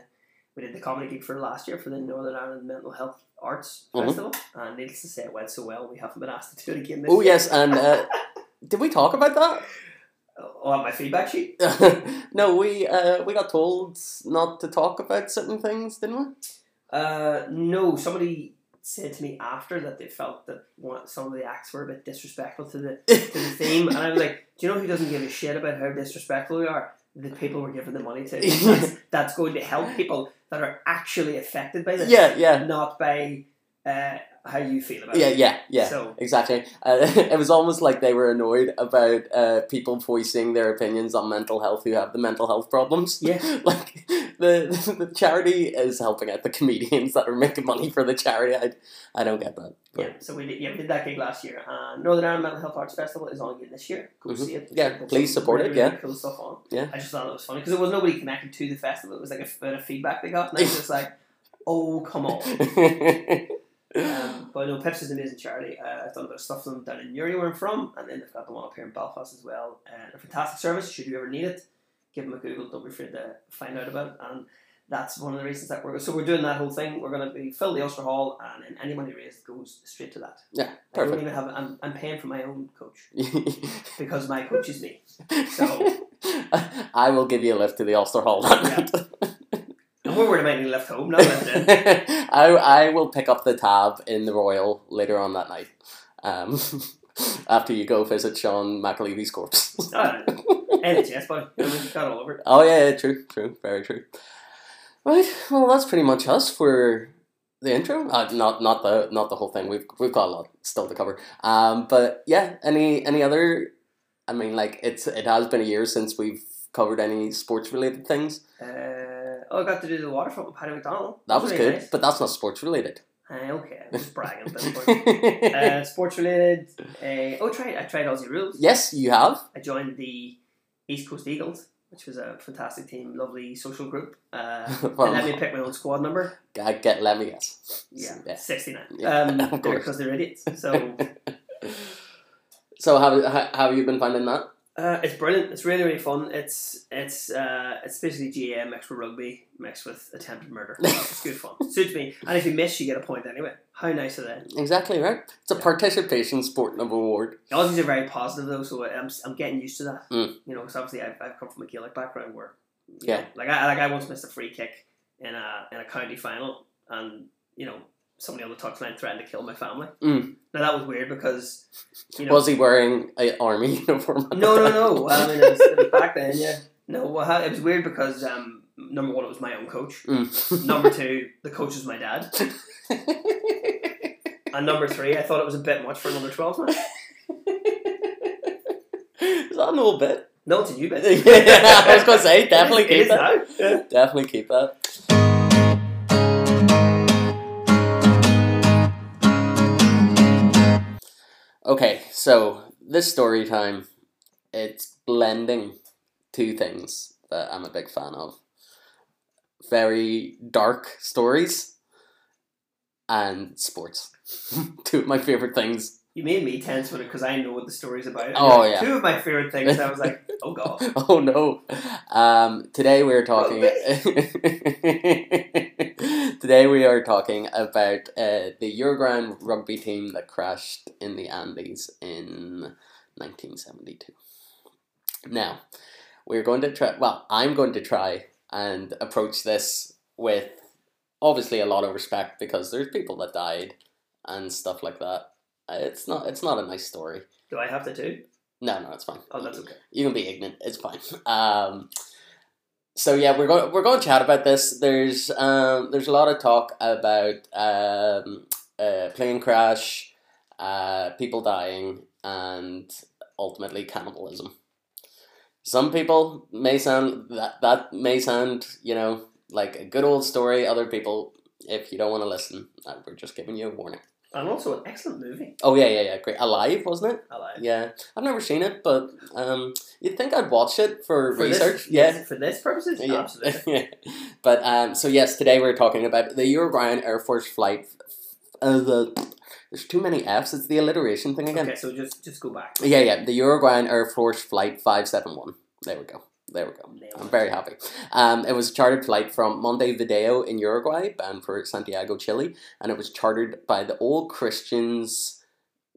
D: we did the comedy gig for last year for the Northern Ireland Mental Health Arts
C: Mhm.
D: Festival, and needless to say, it went so well. We haven't been asked to do it again this
C: Oh
D: year.
C: yes, and uh, did we talk about
D: Oh, on my feedback sheet.
C: that? no, we uh, we got told not to talk about certain things, didn't we?
D: Uh, no, somebody said to me after that they felt that one, some of the acts were a bit disrespectful to the to the theme, and I was like, "Do you know who doesn't give a shit about how disrespectful we are? The people we're giving the money to. That's, that's going to help people that are actually affected by this,
C: yeah, yeah,
D: not by uh, how you feel about
C: yeah,
D: it."
C: yeah, yeah.
D: So
C: Exactly. Uh, it was almost like they were annoyed about uh, people voicing their opinions on mental health who have the mental health problems.
D: Yeah.
C: like the the charity is helping out the comedians that are making money for the charity. I, I don't get that.
D: yeah, so we did, yeah we did that gig last year. Uh, Northern Ireland Mental Health Arts Festival is on again this year. Go
C: Mhm.
D: see it.
C: Yeah,
D: There's
C: please
D: some
C: support it,
D: really, really
C: yeah.
D: cool stuff on.
C: Yeah.
D: I just thought it was funny because there was nobody connected to the festival. It was like a bit of feedback they got, and I was just like, "Oh come on." Um, but no, Pips is an amazing charity. Uh, I've done a bit of stuff for them down in Newry, where I'm from, and then they've got the one up here in Belfast as well. And a fantastic service. Should you ever need it, give them a Google. Don't be afraid to find out about it. And that's one of the reasons that we're so we're doing that whole thing. We're going to be fill the Ulster Hall, and then any money raised goes straight to that.
C: yeah,
D: I don't
C: perfect.
D: even have. I'm, I'm paying for my own coach because my coach is me. So-
C: I will give you a lift to the Ulster Hall. that
D: Yeah.
C: night.
D: And we're worried about getting left home now. uh, That's it.
C: I, I will pick up the tab in the Royal later on that night. Um, after you go visit Sean McAleavy's corpse.
D: Alright. NHS, but I mean, got all over. it.
C: oh yeah, yeah, true, true, very true. Right, well that's pretty much us for the intro. Uh, not not the not the whole thing. We've we've got a lot still to cover. Um, but yeah, any any other? I mean, like it's it has been a year since we've covered any sports related things.
D: Uh, oh, I got to do the waterfront with Paddy McDonald.
C: That was
D: really
C: good,
D: nice.
C: but that's not sports related.
D: Aye, okay, I'm just bragging. at this point. uh, sports related. Uh, oh, tried I tried Aussie rules.
C: yes, you have.
D: I joined the East Coast Eagles, which was a fantastic team, lovely social group. Uh,
C: Well-
D: and let me pick my own squad number.
C: I get let me guess.
D: Yeah,
C: Yeah.
D: sixty nine.
C: Yeah,
D: um,
C: of course.
D: because they're idiots. So
C: So how how, how have you been finding that?
D: uh, it's brilliant. It's really really fun. It's it's uh, it's basically GA mixed with rugby mixed with attempted murder. it's good fun. Suits me. And if you miss, you get a point anyway. How nice are they?
C: Exactly right. It's a
D: Yeah.
C: participation sport of award.
D: The Aussies are very positive though, so I'm, I'm getting used to that.
C: Mm.
D: You know, because obviously I've, I've come from a Gaelic background where, you
C: Yeah.
D: know, like I like I once missed a free kick in a in a county final, and you know somebody on the touchline threatened to kill my family.
C: Mm.
D: Now that was weird because, you know,
C: Was he wearing an army uniform? at
D: no,
C: the
D: no,
C: time?
D: no. Well, I mean, it was, it was back then, yeah. No, well, ha- it was weird because um, number one, it was my own coach.
C: Mm.
D: Number two, the coach was my dad, and number three, I thought it was a bit much for another twelve man.
C: Is that an old bit?
D: No, it's a you bet.
C: yeah, I was gonna say definitely
D: It is
C: keep that.
D: now. Yeah.
C: Definitely keep that. Okay, so this story time, it's blending two things that I'm a big fan of. Very dark stories and sports. two of my favorite things.
D: You made me tense with it because I know what the story's about. And
C: Oh,
D: like,
C: yeah.
D: Two of my favorite things. I was like, oh god.
C: Oh no. Um, today we are talking. today we are talking about uh, the Euroground rugby team that crashed in the Andes in 1972. Now, we're going to try. Well, I'm going to try and approach this with obviously a lot of respect because there's people that died and stuff like that. Uh, It's not. It's not a nice story.
D: Do I have to do?
C: No, no, it's fine.
D: Oh, that's okay.
C: You can be ignorant. It's fine. Um, so yeah, we're going we're going to chat about this. There's um, there's a lot of talk about um, uh, plane crash, uh, people dying, and ultimately cannibalism. Some people may sound that that may sound you know like a good old story. Other people, if you don't want to listen, uh, we're just giving you a warning.
D: And also an excellent movie.
C: Oh yeah, yeah, yeah, great. Alive wasn't it?
D: I lied.
C: Yeah, I've never seen it, but um, you'd think I'd watch it for,
D: For
C: research.
D: This, yes, For this purposes,
C: yeah, yeah.
D: absolutely.
C: but um, so yes, today we're talking about the Uruguayan Air Force flight. Uh, the, there's too many Fs. It's the alliteration thing again.
D: Okay, so just just go back.
C: Yeah, yeah. The Uruguayan Air Force flight five seven one. There we go. There we go.
D: Oh, Nailed
C: I'm
D: it.
C: very happy. Um, it was a chartered flight from Montevideo in Uruguay, bound for Santiago, Chile, and it was chartered by the All Christians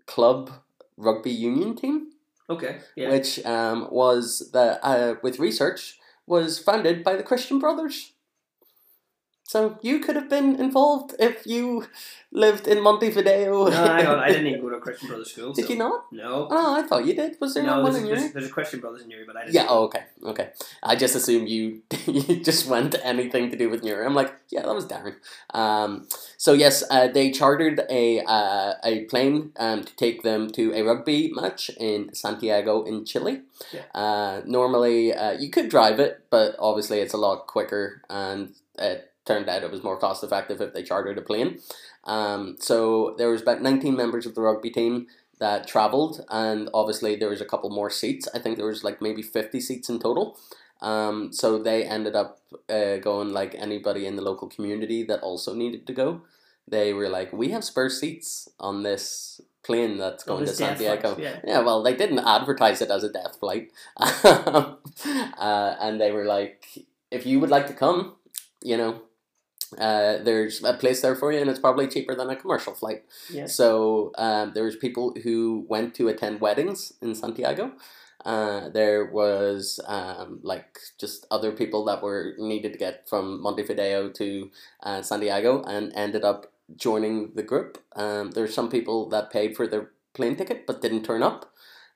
C: Club rugby union team
D: Okay. Yeah.
C: which um, was the uh, with research was founded by the Christian Brothers. So you could have been involved if you lived in Montevideo.
D: no, hang on. I didn't even go to a Christian Brothers school.
C: did
D: so-
C: you not?
D: No.
C: Oh, I thought you did. Was there not
D: No,
C: one
D: there's,
C: in
D: a-
C: your?
D: there's, there's a Christian Brothers in Uri, but I didn't.
C: Yeah. Oh, okay. Okay. I just assumed you you just went to anything to do with Nuri. I'm like, yeah, that was Darren. Um, so yes, uh, they chartered a uh, a plane um, to take them to a rugby match in Santiago in Chile.
D: Yeah.
C: Uh, normally, uh, you could drive it, but obviously, it's a lot quicker, and it turned out it was more cost effective if they chartered a plane. Um, so there was about 19 members of the rugby team that traveled, and obviously there was a couple more seats. I think there was like maybe fifty seats in total. Um, so they ended up uh, going like anybody in the local community that also needed to go. They were like, "We have spare seats on this plane that's
D: Oh,
C: going to
D: there's death
C: Santiago."
D: flags, Yeah.
C: Yeah, well, they didn't advertise it as a death flight, uh, and they were like, "If you would like to come, you know, uh, there's a place there for you, and it's probably cheaper than a commercial flight."
D: Yeah.
C: So um, there was people who went to attend weddings in Santiago. Uh, there was um, like just other people that were needed to get from Montevideo to uh, Santiago and ended up joining the group. Um, there were some people that paid for their plane ticket but didn't turn up,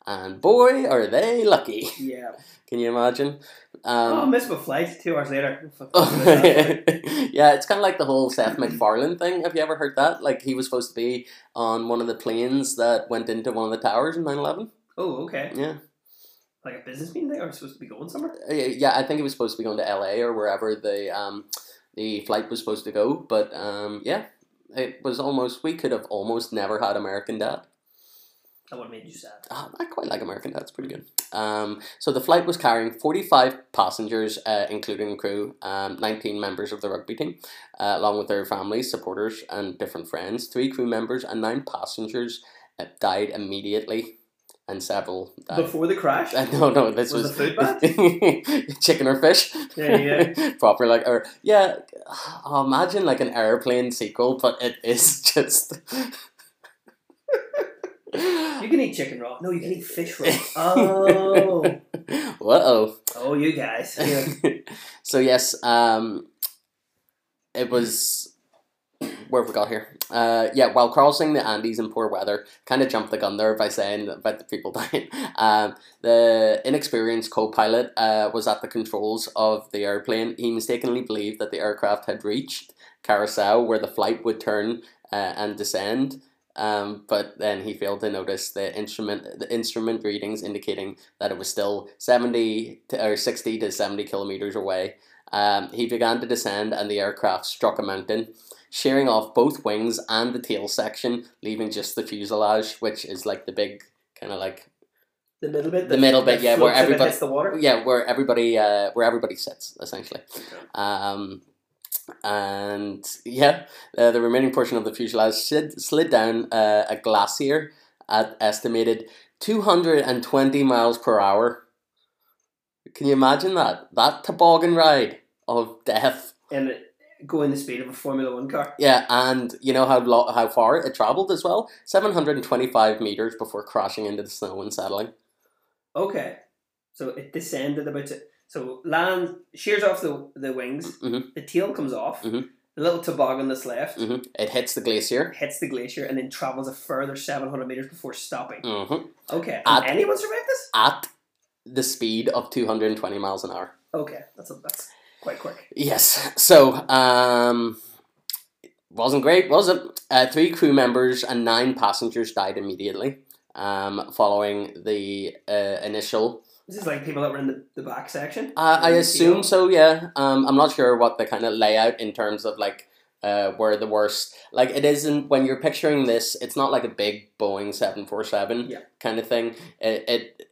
C: and boy are they lucky!
D: Yeah.
C: Can you imagine?
D: oh, I
C: Um, Oh,
D: missed my flight two hours later. Oh, Fuck,
C: yeah, it's kind of like the whole Seth MacFarlane thing. Have you ever heard that? Like, he was supposed to be on one of the planes that went into one of the towers in 9 11.
D: Oh, okay.
C: Yeah.
D: Like a business meeting thing? Are we supposed to be going somewhere?
C: Uh, Yeah, I think he was supposed to be going to LA or wherever the, um, the flight was supposed to go. But um, yeah, it was almost, we could have almost never had American Dad.
D: That would have made you sad.
C: Uh, I quite like American Dad. It's pretty good. Um, so the flight was carrying 45 passengers, uh, including crew, um, 19 members of the rugby team, uh, along with their families, supporters, and different friends. Three crew members and nine passengers uh, died immediately, and several died.
D: Before the crash,
C: Uh, no, no, this
D: Was
C: was,
D: the food
C: chicken or fish.
D: Yeah,
C: Proper, like, or yeah, oh, imagine like an airplane sequel, but it is just.
D: you can eat chicken raw. No, you can eat fish raw. Oh,
C: Whoa.
D: oh, you guys. Yeah.
C: so yes, um, it was where have we got here. Uh, yeah, while crossing the Andes in poor weather, kind of jumped the gun there by saying about the people dying. Um, the inexperienced co-pilot uh, was at the controls of the airplane. He mistakenly believed that the aircraft had reached Carousel, where the flight would turn uh, and descend. Um, but then he failed to notice the instrument the instrument readings indicating that it was still 70 to, or 60 to 70 kilometers away. Um, he began to descend and the aircraft struck a mountain, shearing off both wings and the tail section, leaving just the fuselage, which is like the big kind of like
D: The middle bit.
C: The middle bit, yeah, where
D: floats if it
C: everybody-
D: hits the water.
C: yeah where everybody uh, where everybody sits essentially. Um, and yeah, uh, the remaining portion of the fuselage slid, slid down uh, a glacier at estimated 220 miles per hour. Can you imagine that? That toboggan ride of death.
D: And it- going the speed of a Formula One car.
C: Yeah, and you know how lo- how far it traveled as well? 725 meters before crashing into the snow and settling.
D: Okay, so it descended about. To, so land shears off the the wings.
C: Mhm.
D: The tail comes off.
C: Mhm.
D: The little toboggan that's left
C: hmm It hits the glacier.
D: hits the glacier and then travels a further seven hundred meters before stopping.
C: hmm
D: Okay,
C: At-
D: can anyone survive this?
C: At the speed of 220 miles an hour.
D: Okay, that's a, that's quite quick.
C: Yes. So, um, wasn't great, was it? Uh, three crew members and nine passengers died immediately um, following the uh, initial.
D: This is like people that were in the, the back section.
C: Uh, I
D: In the
C: assume
D: tail.
C: so. Yeah. Um, I'm not sure what the kind of layout in terms of like. Uh, where the worst like it isn't when you're picturing this it's not like a big boeing 747
D: Yeah.
C: kind of thing it, it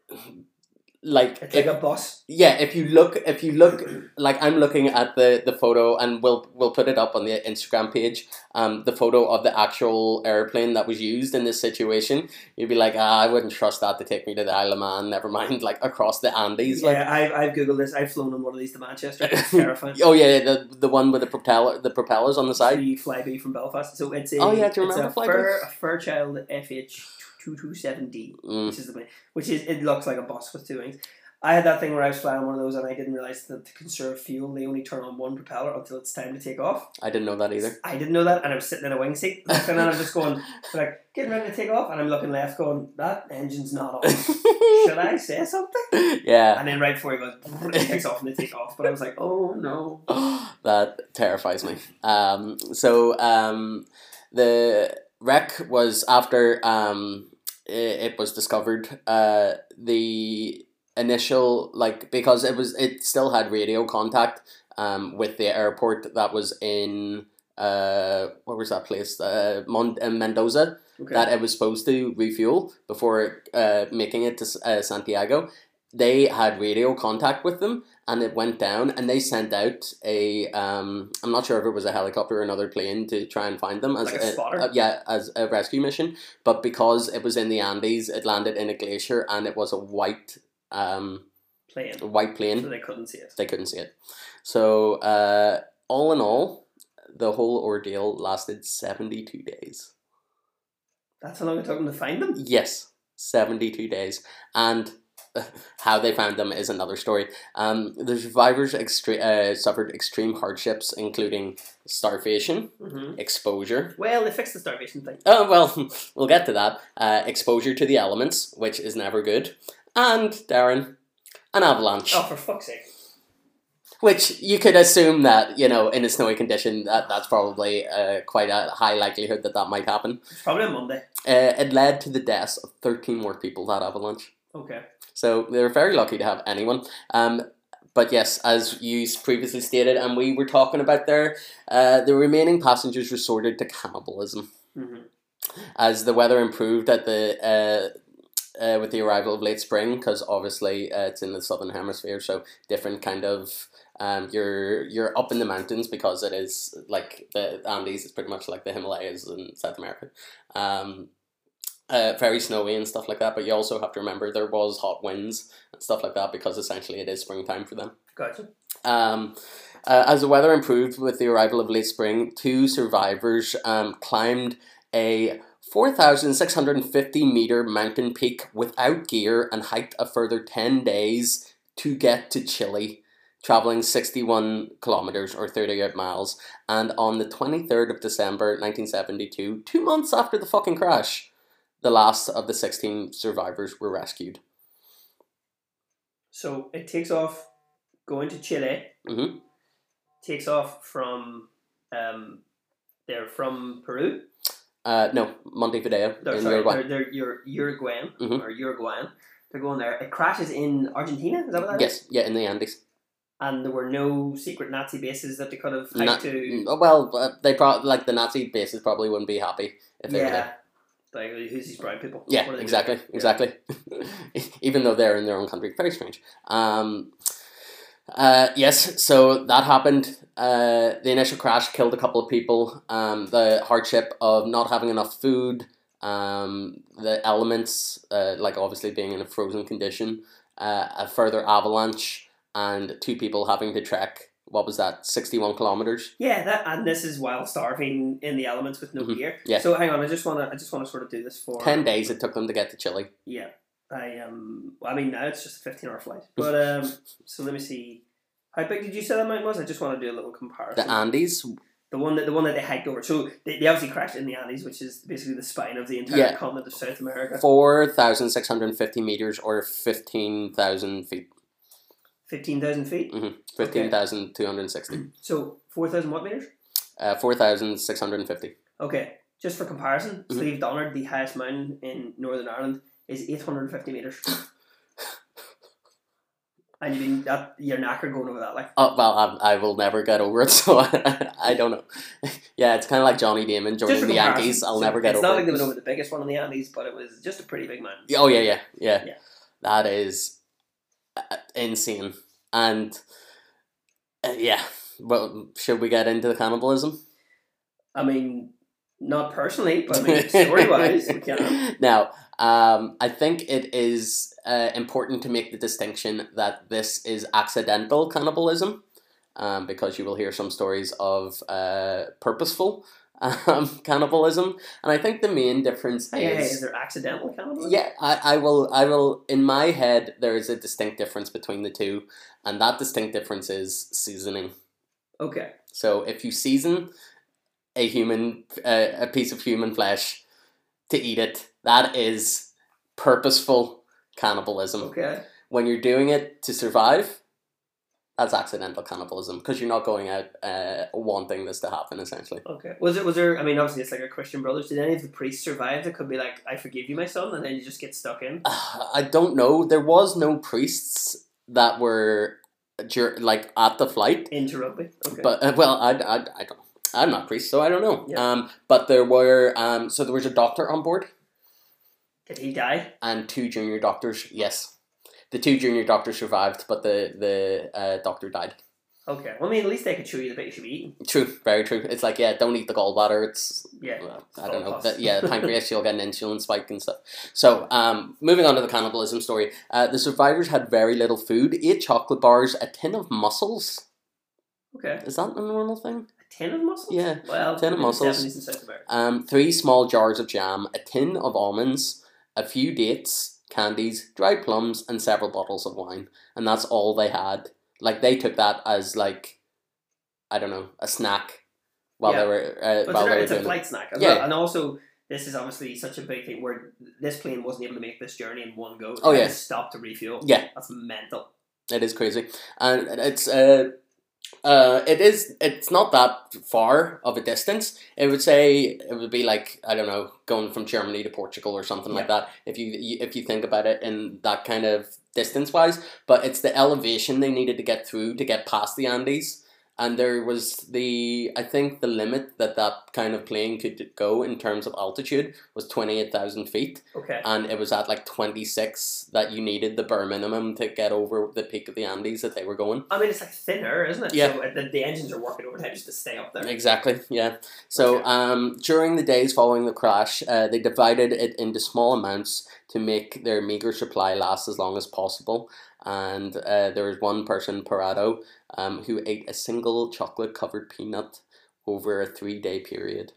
C: like
D: It's
C: if-
D: like a bus.
C: yeah if you look if you look like i'm looking at the the photo and we'll we'll put it up on the instagram page um the photo of the actual airplane that was used in this situation you'd be like ah, i wouldn't trust that to take me to the isle of man never mind like across the andes like
D: yeah, I've, I've googled this. I've flown on one of these to Manchester. It's terrifying.
C: oh yeah the the one with the propeller the propellers on the side
D: Free Flyby from Belfast. So it's a
C: Oh, yeah, do you
D: it's
C: remember
D: a
C: Flyby?
D: Fur, a Fairchild FH two two seven D,
C: mm.
D: which is the plane, which is it looks like a bus with two wings. I had that thing where I was flying one of those and I didn't realize that to conserve fuel they only turn on one propeller until it's time to take off.
C: i didn't know that either
D: I didn't know that and I was sitting in a wing seat looking and I'm just going like getting ready to take off and I'm looking left going that engine's not on. Should I say something?
C: yeah
D: And then right before he goes, it takes off and they take off. But I was like, oh no.
C: that terrifies me. Um, so um, the wreck was after um, i- it, it was discovered. Uh, the initial like because it was it still had radio contact um, with the airport that was in uh, what was that place uh, Mon- uh, Mendoza
D: Okay.
C: that it was supposed to refuel before uh, making it to S- uh, Santiago. They had radio contact with them, and it went down, and they sent out a um, I'm not sure if it was a helicopter or another plane to try and find them as
D: Like a spotter?
C: uh, yeah, as a rescue mission. But because it was in the Andes, it landed in a glacier, and it was a white um,
D: Playing.
C: a white plane
D: So they couldn't see it.
C: they couldn't see it. So uh, all in all, the whole ordeal lasted seventy two days.
D: That's how long it took them to find them.
C: Yes, seventy two days, and how they found them is another story. Um, the survivors extre- uh, suffered extreme hardships, including starvation,
D: hmm
C: exposure,
D: Well, they fixed the starvation thing.
C: Oh well, we'll get to that. Uh, exposure to the elements, which is never good, and Darren, an avalanche,
D: Oh, for fuck's sake.
C: which you could assume that you know in a snowy condition that that's probably uh, quite a high likelihood that that might happen.
D: It's probably on Monday.
C: Uh, it led to the deaths of thirteen more people that avalanche.
D: Okay.
C: So they were very lucky to have anyone. Um, but yes, as you s- previously stated, and we were talking about there, uh, the remaining passengers resorted to cannibalism.
D: Mm-hmm.
C: as the weather improved at the uh, uh, with the arrival of late spring because obviously uh, it's in the southern hemisphere, so different kind of. Um, you're you're up in the mountains because it is like the Andes is pretty much like the Himalayas in South America. Um, uh, very snowy and stuff like that, but you also have to remember there was hot winds and stuff like that because essentially it is springtime for them.
D: Gotcha.
C: Um, uh, as the weather improved with the arrival of late spring, two survivors um, climbed a 4,650 meter mountain peak without gear and hiked a further 10 days to get to Chile, traveling 61 kilometers or 38 miles. And on the 23rd of December 1972, two months after the fucking crash, the last of the 16 survivors were rescued.
D: So it takes off going to Chile.
C: Mhm.
D: Takes off from um, they're from Peru.
C: Uh, no, Montevideo
D: They're,
C: in
D: sorry,
C: Uruguay.
D: they're, they're Ur- Uruguayan
C: Mhm.
D: or Uruguayan. They're going there. It crashes in Argentina. Is that what that
C: Yes,
D: is?
C: yeah, in the Andes.
D: And there were no secret Nazi bases that they could have hiked
C: Na-
D: to.
C: Mm, oh, Well, uh, they probably like the Nazi bases probably wouldn't be happy if they were
D: yeah.
C: there.
D: Like who's these brown people? What
C: Yeah,
D: are they
C: exactly,
D: doing?
C: exactly. Even though they're in their own country, very strange. Um, uh, yes, so that happened. Uh, the initial crash killed a couple of people. Um, the hardship of not having enough food, um, the elements, uh, like obviously being in a frozen condition, uh, a further avalanche, and two people having to trek. What was that? Sixty-one kilometers.
D: Yeah, that and this is while starving in the elements with no
C: Mhm,
D: gear.
C: yeah.
D: So hang on, I just wanna I just wanna sort of do this for
C: Ten days it took them to get to Chile.
D: Yeah, I um. I mean, now it's just a fifteen-hour flight.
C: Mm-hmm.
D: But um, so let me see. How big did you say that mountain was? I just want to do a little comparison.
C: The Andes.
D: the one that the one that they hiked over. So they, they obviously crashed in the Andes, which is basically the spine of the entire
C: Yeah.
D: continent of South America.
C: Four thousand six hundred fifty meters, or fifteen thousand feet,
D: Fifteen thousand feet.
C: fifteen thousand two hundred sixty,
D: So four thousand what meters?
C: uh, four thousand six hundred fifty.
D: Okay, just for comparison,
C: Mhm.
D: Slieve Donard, the highest mountain in Northern Ireland, is eight hundred and fifty meters. And you mean that you're knackered going over that like
C: Oh well, I, I will never get over it. So I, I don't know. yeah, it's kind of like Johnny Damon
D: Just
C: joining
D: for
C: the
D: comparison,
C: Yankees. I'll
D: so
C: never get
D: it's
C: over
D: not like they
C: it.
D: went over the biggest one in the Andes, but it was just a pretty big mountain.
C: Yeah, Oh yeah, yeah, yeah.
D: Yeah.
C: That is uh, insane. And uh, yeah, well, should we get into the cannibalism?
D: I mean, not personally, but I mean, story wise, we can.
C: Now, um, I think it is uh, important to make the distinction that this is accidental cannibalism, um, because you will hear some stories of uh, purposeful um, cannibalism, and I think the main difference
D: Hey, hey,
C: is.
D: is there accidental cannibalism?
C: Yeah, I, I will. I will. In my head, there is a distinct difference between the two, and that distinct difference is seasoning.
D: Okay.
C: So if you season a human, uh, a piece of human flesh, to eat it, that is purposeful cannibalism.
D: Okay.
C: When you're doing it to survive, that's accidental cannibalism because you're not going out uh, wanting this to happen. Essentially,
D: Okay. Was it? Was there? I mean, obviously, it's like a Christian Brothers. Did any of the priests survive? That could be like, "I forgive you, my son," and then you just get stuck in.
C: I don't know. There was no priests that were dur- like at the flight.
D: Into rugby. Okay.
C: But uh, well, I, I, I don't. I'm not a priest, so I don't know.
D: Yeah.
C: Um, but there were um, so there was a doctor on board
D: Did he die?
C: and two junior doctors. Yes, the two junior doctors survived, but the the uh, doctor died.
D: Okay. Well, I mean, at least they could show you the bit you should be eating.
C: True, very true. It's like yeah, don't eat the gallbladder. It's
D: Yeah.
C: well, I don't know.
D: Holocaust.
C: That, yeah, the pancreas, you'll get an insulin spike and stuff. So, um, moving on to the cannibalism story. Uh, the survivors had very little food: eight chocolate bars, a tin of mussels.
D: Okay.
C: Is that a normal thing?
D: A tin of mussels.
C: Yeah,
D: Well,
C: tin of
D: in the
C: mussels.
D: 70s in South America.
C: Um, three small jars of jam, a tin of almonds, a few dates, candies, dried plums, and several bottles of wine. And that's all they had. Like they took that as like, I don't know, a snack while
D: Yeah.
C: they were uh,
D: But
C: while they were
D: it's a
C: doing. it.
D: flight snack. as
C: Yeah.
D: well. And also, this is obviously such a big thing where this plane wasn't able to make this journey in one go. They
C: Oh,
D: had to
C: yeah.
D: Stop to refuel.
C: Yeah.
D: That's mental.
C: It is crazy, and it's uh, uh, it is it's not that far of a distance. It would say it would be like I don't know, going from Germany to Portugal or something like that. If you you- if you think about it in that kind of distance wise, but it's the elevation they needed to get through to get past the Andes. and there was the I think the limit that that kind of plane could go in terms of altitude was twenty eight thousand feet,
D: Okay.
C: and it was at like twenty six that you needed the bare minimum to get over the peak of the Andes that they were going.
D: I mean, it's like thinner, isn't it?
C: Yeah.
D: So uh, the, the engines are working overhead just to stay up there.
C: Exactly. Yeah. So
D: Okay.
C: um, during the days following the crash, uh, they divided it into small amounts to make their meager supply last as long as possible. And uh, there was one person, Parado, um, who ate a single chocolate-covered peanut over a three-day period.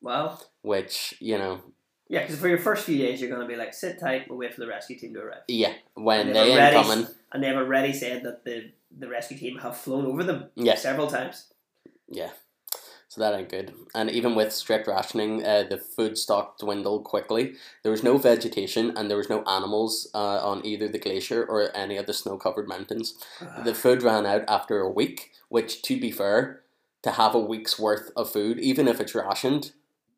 D: Well,
C: Which you know,
D: yeah, because for your first few days, you're going to be like, sit tight, we'll wait for the rescue team to arrive.
C: yeah, when
D: And
C: they
D: they've
C: ain't
D: already-
C: coming,
D: And they've already said that the, the rescue team have flown over them
C: yeah,
D: several times.
C: yeah. So that ain't good. And even with strict rationing, uh, the food stock dwindled quickly. There was no vegetation and there was no animals uh, on either the glacier or any of the snow covered mountains. The food ran out after a week, which, to be fair, to have a week's worth of food, even if it's rationed,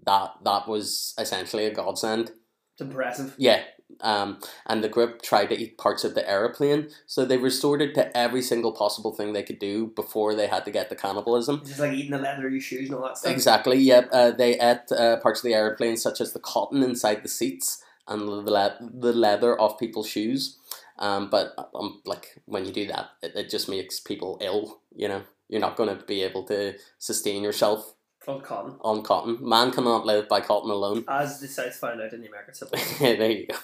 C: that, that was essentially a godsend.
D: It's impressive.
C: Yeah. Um, and the group tried to eat parts of the aeroplane, so they resorted to every single possible thing they could do before they had to get the cannibalism.
D: It's just like eating the leather of your shoes and all that stuff.
C: Exactly. Yep. Uh, they ate uh, parts of the airplane, such as the cotton inside the seats and the le- the leather off people's shoes. Um, but um, like when you do that, it, it just makes people ill. You know, you're not going to be able to sustain yourself
D: Old cotton.
C: on cotton. Man cannot live by cotton alone.
D: As the South found out in the American Civil War.
C: there you go.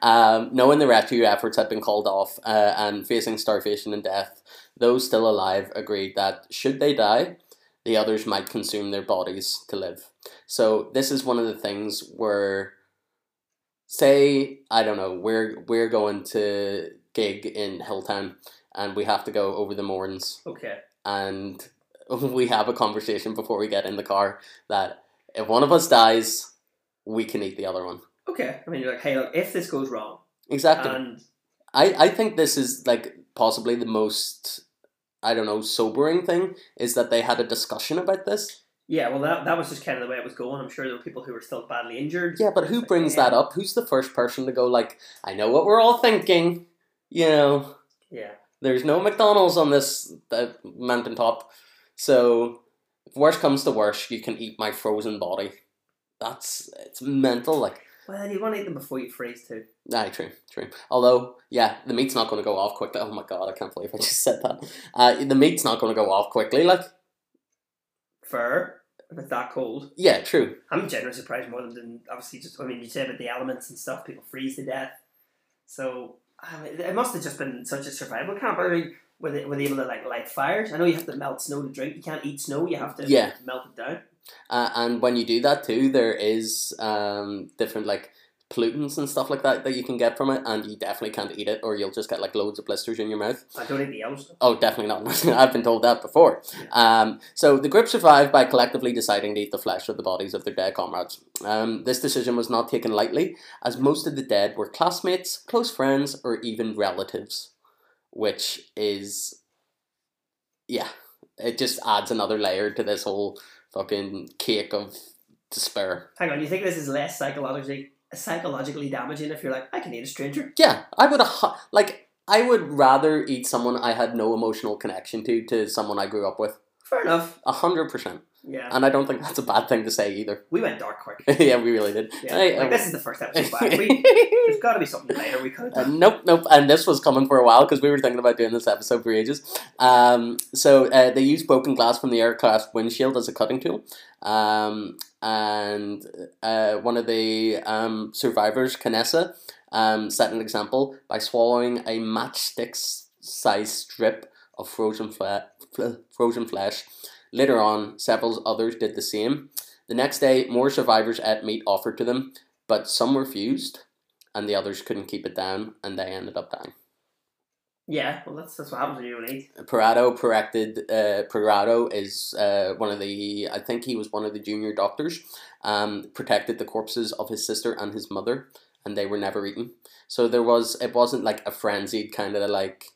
C: Um, knowing the rescue efforts had been called off uh, and facing starvation and death, those still alive agreed that should they die, the others might consume their bodies to live. So this is one of the things where, say, I don't know, we're we're going to gig in Hilltown, and we have to go over the Mourns
D: Okay.
C: and we have a conversation before we get in the car that if one of us dies, we can eat the other one.
D: Okay. I mean, you're like, hey, look, if this goes wrong,
C: Exactly.
D: and
C: I, I think this is like possibly the most I don't know sobering thing is that they had a discussion about this.
D: yeah, well, that, that was just kind of the way it was going. I'm sure there were people who were still badly injured.
C: Yeah, but who brings that up? Who's the first person to go like, I know what we're all thinking, you know,
D: Yeah.
C: there's no McDonald's on this uh, mountaintop. So, if worst comes to worst, you can eat my frozen body. That's it's mental like
D: Well, you want to eat them before you freeze too.
C: Aye, true, true. Although, yeah, the meat's not going to go off quickly. Oh my god, I can't believe I just said that. Uh, the meat's not going to go off quickly. Like,
D: Fur, if it's that cold.
C: yeah, true.
D: I'm generally surprised more than obviously just. I mean, you say about the elements and stuff, people freeze to death. So I mean, it must have just been such a survival camp. I mean, were they, were they able to like light fires? I know you have to melt snow to drink. You can't eat snow. You have to
C: Yeah.
D: melt it down.
C: Uh, and when you do that too, there is um, different like pollutants and stuff like that that you can get from it, and you definitely can't eat it, or you'll just get like loads of blisters in your mouth.
D: I don't eat the yellow snow.
C: Oh, definitely not. I've been told that before. Um, so the group survived by collectively deciding to eat the flesh of the bodies of their dead comrades. Um, this decision was not taken lightly, as most of the dead were classmates, close friends, or even relatives, which is, yeah, it just adds another layer to this whole fucking cake of despair.
D: Hang on, you think this is less psychologically psychologically damaging if you're like, I can eat a stranger?
C: Yeah, I would ha- like. I would rather eat someone I had no emotional connection to to someone I grew up with.
D: Fair enough.
C: A hundred percent.
D: Yeah,
C: And I don't think that's a bad thing to say either.
D: we went dark quick.
C: yeah, we really did.
D: Yeah,
C: I-
D: like
C: I-
D: this is the first episode back. We, there's got to be something later we could have
C: Uh,
D: done.
C: nope, nope, and this was coming for a while because we were thinking about doing this episode for ages. Um, so uh, they used broken glass from the aircraft windshield as a cutting tool, um, and uh, one of the um, survivors, Canessa, um, set an example by swallowing a matchstick-sized strip of frozen, fle- fle- frozen flesh. Later on, several others did the same. The next day, more survivors ate meat offered to them, but some refused and the others couldn't keep it down, and they ended up dying.
D: Yeah, well, that's that's what happens when you don't eat.
C: Parado corrected. Uh, Parado is uh, one of the. I think he was one of the junior doctors. Um, protected the corpses of his sister and his mother, and they were never eaten. So there was. It wasn't like a frenzied kind of like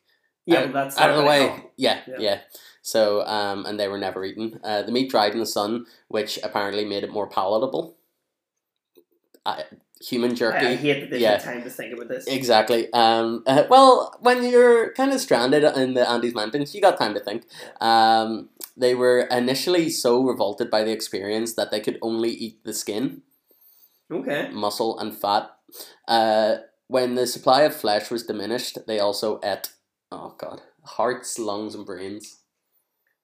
D: Yeah,
C: Out-
D: well, that's
C: out of the
D: not
C: way.
D: really healthy.
C: Yeah, yeah.
D: Yeah.
C: So, um, and they were never eaten. Uh, the meat dried in the sun, which apparently made it more palatable. I, human jerky.
D: I, I hate that there's
C: Yeah.
D: no time to think about this.
C: Exactly. Um, uh, well, when you're kind of stranded in the Andes Mountains, you got time to think. Um, they were initially so revolted by the experience that they could only eat the skin,
D: Okay.
C: muscle, and fat. Uh, when the supply of flesh was diminished, they also ate, oh god, hearts, lungs, and brains.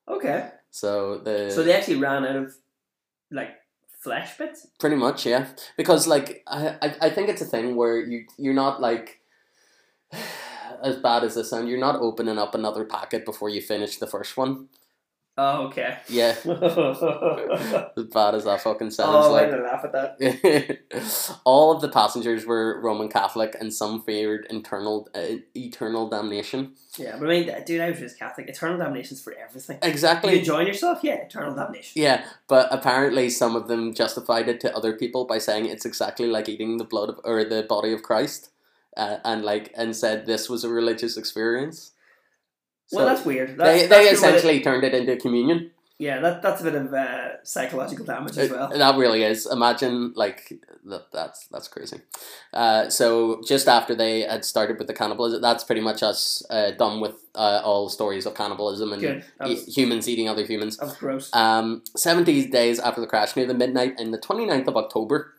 D: Okay.
C: So the
D: So they actually ran out of like flesh bits.
C: pretty much yeah, because like I, I I think it's a thing where you you're not like as bad as this sound. You're not opening up another packet before you finish the first one.
D: Oh, okay.
C: Yeah,
D: oh,
C: as bad as that fucking sounds.
D: I'm
C: like
D: gonna laugh at that.
C: all of the passengers were Roman Catholic, and some feared internal uh, eternal damnation.
D: Yeah, but I mean, dude, I was just Catholic. Eternal damnation's for everything. Are you
C: Exactly.
D: enjoying yourself? Yeah, eternal damnation.
C: Yeah, but apparently some of them justified it to other people by saying it's exactly like eating the blood of, or the body of Christ, uh, and like and said this was a religious experience.
D: well,
C: So
D: that's weird. That's,
C: they
D: that's
C: they
D: a bit of-
C: essentially turned it into communion.
D: yeah, that, that's a bit of uh, psychological damage
C: It-
D: as well.
C: that really is. Imagine like that, that's that's crazy. Uh, so just after they had started with the cannibalism, that's pretty much us uh, done with uh, all stories of cannibalism and
D: Good. That
C: e-
D: was,
C: humans eating other humans.
D: that was gross.
C: um, 70 days after the crash near the midnight and the 29th of October.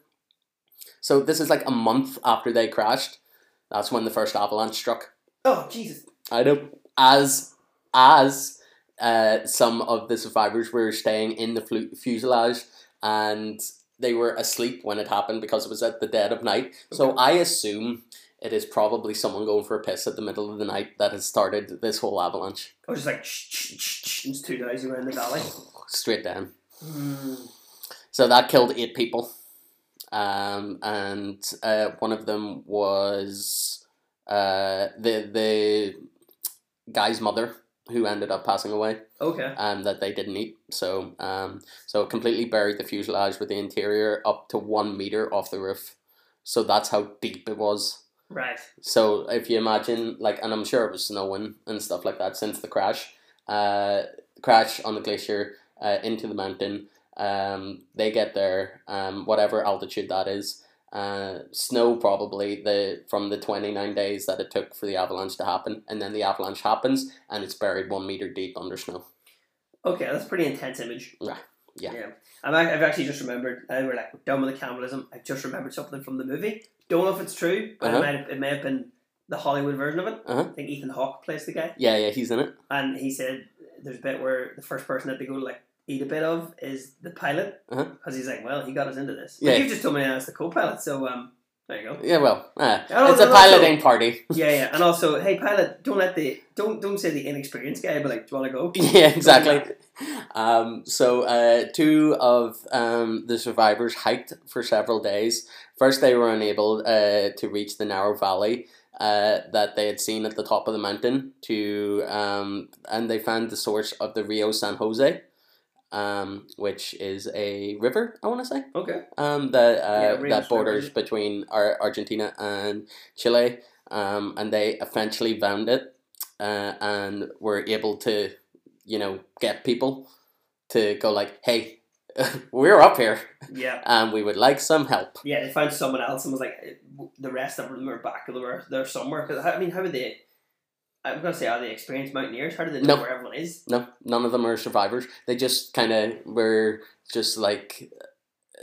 C: So this is like a month after they crashed. That's when the first avalanche struck.
D: oh, Jesus.
C: I know. As as uh, some of the survivors were staying in the flu- fuselage and they were asleep when it happened because it was at the dead of night. So I assume it is probably someone going for a piss at the middle of the night that has started this whole avalanche
D: I was just like, shh, shh, shh, shh. and It's two guys around the valley.
C: straight down.
D: Hmm.
C: So that killed eight people. Um, and uh, one of them was uh, the the guy's mother who ended up passing away
D: Okay.
C: and that they didn't eat. So um, so it completely buried the fuselage with the interior up to one meter off the roof. So that's how deep it was.
D: Right.
C: So if you imagine, like, and I'm sure it was snowing and stuff like that since the crash, uh, crash on the glacier uh, into the mountain. Um, they get there, um, whatever altitude that is. Uh, snow probably the from the twenty nine days that it took for the avalanche to happen, and then the avalanche happens, and it's buried one meter deep under snow.
D: Okay, that's a pretty intense image.
C: Yeah. Yeah.
D: yeah. I'm, ac- I've actually just remembered, uh, we're like, done with the cannibalism. I've just remembered something from the movie. Don't know if it's true, but
C: Uh-huh.
D: it, might have, it may have been the Hollywood version of it.
C: Uh-huh.
D: I think Ethan Hawke plays the guy.
C: Yeah, yeah, he's in it.
D: And he said there's a bit where the first person that they go to like eat a bit of is the pilot
C: Uh-huh.
D: because he's like, well, he got us into this.
C: Yeah.
D: But you just told me that's the co-pilot, so um, there you go.
C: Yeah, well, uh,
D: Oh,
C: it's a
D: no, that's
C: piloting party.
D: yeah, yeah, and also, hey, pilot, don't let the don't don't say the inexperienced guy, but like, do you want to go?
C: Yeah, exactly. Um, so uh, two of um, the survivors hiked for several days. First, they were unable uh, to reach the narrow valley uh, that they had seen at the top of the mountain. To um, and they found the source of the Rio San Jose, um, which is a river. I want to say
D: Okay,
C: um, that
D: Yeah,
C: uh,
D: Rio's river,
C: that borders
D: isn't
C: between Ar- Argentina and Chile, um, and they eventually found it uh, and were able to, you know, get people to go like, "Hey, we're up here,
D: yeah,
C: and we would like some help."
D: yeah. They found someone else and was like, eh, w- the rest of them are back of the were they're somewhere. 'Cause I mean, how would they? I'm gonna say, are they experienced mountaineers? How do they know
C: No.
D: where everyone is?
C: No, none of them are survivors. They just kind of were just like,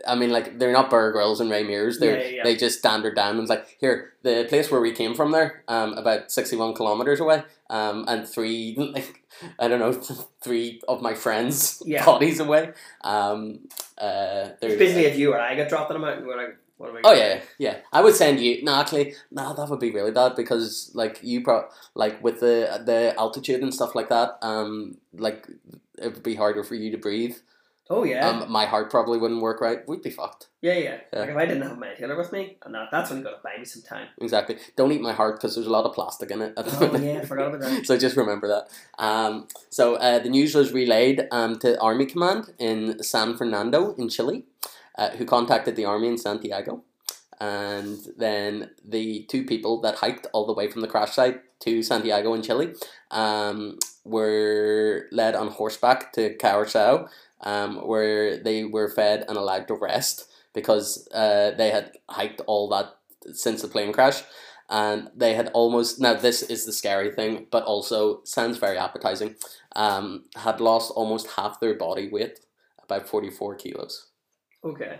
C: I mean, like they're not Bear Grylls and Ray Mears. They are
D: Yeah, yeah, yeah.
C: they just standard down and was like, here, the place where we came from there, um, about sixty one kilometers away, um, and three like, I don't know, three of my friends'
D: Yeah.
C: bodies away. Um, uh,
D: It's
C: there's
D: basically, if you or I got dropped on a mountain, we're like, what are we?
C: Oh
D: gonna
C: yeah, yeah. I would send you. No, actually, no, that would be really bad because like you pro like with the the altitude and stuff like that. Um, like it would be harder for you to breathe.
D: do?" Oh yeah.
C: Um, my heart probably wouldn't work right. We'd be fucked.
D: Yeah, yeah.
C: Yeah.
D: Like if I didn't have my inhaler with me, and that, that's only gonna buy me some time.
C: Exactly. Don't eat my heart because there's a lot of plastic in it.
D: Oh yeah, I forgot about that.
C: so just remember that. Um, so uh, the news was relayed um, to Army Command in San Fernando in Chile, uh, who contacted the army in Santiago, and then the two people that hiked all the way from the crash site to Santiago in Chile um, were led on horseback to Caracao, um, where they were fed and allowed to rest. because uh, they had hiked all that since the plane crash. And Um, they had almost now this is the scary thing, but also sounds very appetizing. Um, had lost almost half their body weight, about forty four kilos.
D: Okay.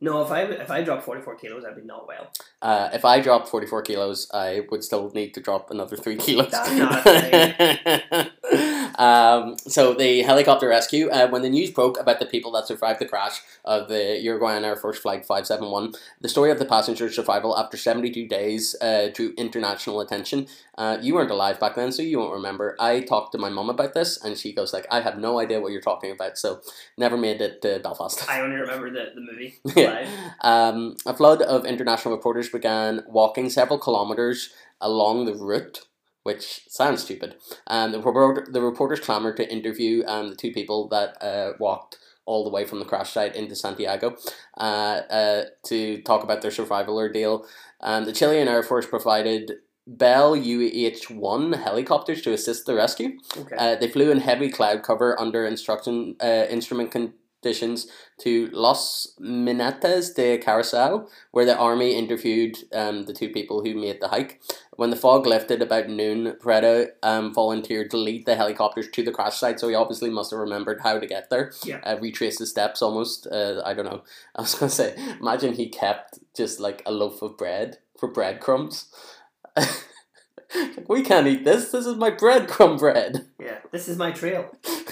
D: No, if I if I dropped forty four kilos, I'd be not well.
C: Uh, if I dropped forty four kilos, I would still need to drop another three kilos.
D: That's not a
C: um, so the helicopter rescue. Uh, when the news broke about the people that survived the crash of the Uruguayan Air Force Flight Five Seven One, the story of the passenger's survival after seventy two days uh, drew international attention. Uh, you weren't alive back then, so you won't remember. I talked to my mum about this, and she goes like, "I have no idea what you're talking about." So never made it to Belfast.
D: I only remember the, the movie.
C: Yeah.
D: Live.
C: Um, a flood of international reporters began walking several kilometres along the route, which sounds stupid. Um, the, report- the reporters clamoured to interview um, the two people that uh, walked all the way from the crash site into Santiago uh, uh, to talk about their survival ordeal. Um, the Chilean Air Force provided Bell UH 1 helicopters to assist the rescue.
D: Okay.
C: Uh, they flew in heavy cloud cover under instruction uh, instrument conditions to Los Minetes de Caracas, where the army interviewed um, the two people who made the hike. When the fog lifted about noon, Preda um, volunteered to lead the helicopters to the crash site, so he obviously must have remembered how to get there.
D: Yeah.
C: Uh, retraced the steps almost. Uh, I don't know. I was going to say, imagine he kept just like a loaf of bread for breadcrumbs. Like, we can't eat this. This is my breadcrumb bread.
D: yeah. This is my trail.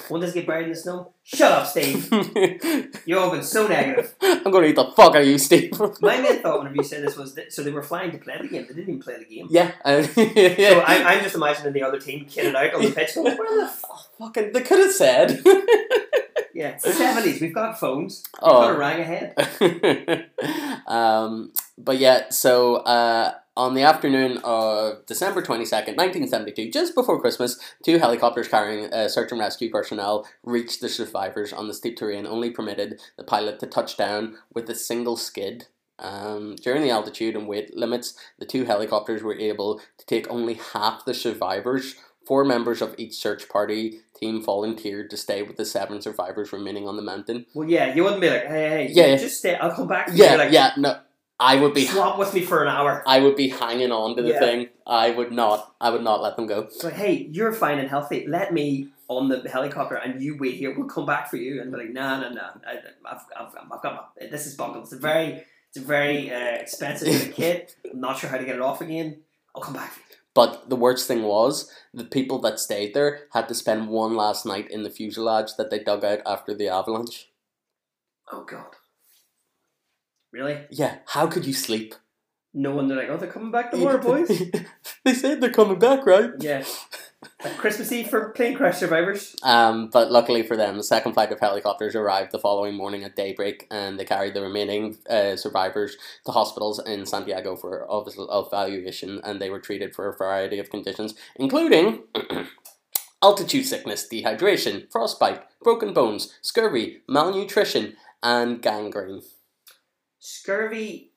D: Won't this get buried in the snow? Shut up, Steve.
C: I'm
D: You've all been so negative.
C: gonna eat the fuck out of you, Steve.
D: My main thought whenever you said this was that, so they were flying to play the game. They didn't even play the game.
C: yeah, I-
D: So
C: yeah.
D: I, I'm just imagining the other team kitted out on the pitch. Going, Where the f-?
C: fucking, they could have said.
D: Yeah, seventies. We've got phones. We've got a
C: oh.
D: rang ahead.
C: um, but yeah, so uh, on the afternoon of December 22nd, 1972, just before Christmas, two helicopters carrying uh, search and rescue personnel reached the survivors on the steep terrain, only permitted the pilot to touch down with a single skid. Um, during the altitude and weight limits, the two helicopters were able to take only half the survivors. Four members of each search party team volunteered to stay with the seven survivors remaining on the mountain.
D: Well, yeah, you wouldn't be like, hey, hey,
C: Yeah, yeah.
D: just stay. I'll come back. to you."
C: Yeah,
D: You're like,
C: yeah, no, I would be
D: swap with me for an hour.
C: I would be hanging on to the
D: Yeah.
C: thing. I would not. I would not let them go.
D: So hey, you're fine and healthy. Let me on the helicopter, and you wait here. We'll come back for you. And be like, nah, nah, nah. I, I've, I've, I've got my. This is bungled. It's a very, it's a very uh, expensive little kit. I'm not sure how to get it off again. I'll come back. For you.
C: But the worst thing was the people that stayed there had to spend one last night in the fuselage that they dug out after the avalanche.
D: Oh God. Really?
C: Yeah, how could you sleep?
D: No one. They're like, oh, they're coming back tomorrow, boys.
C: they said they're coming back, right?
D: Yeah. Like Christmas Eve for plane crash survivors.
C: Um, but luckily for them, the second flight of helicopters arrived the following morning at daybreak, and they carried the remaining uh, survivors to hospitals in Santiago for obviously evaluation, and they were treated for a variety of conditions, including altitude sickness, dehydration, frostbite, broken bones, scurvy, malnutrition, and gangrene.
D: Scurvy.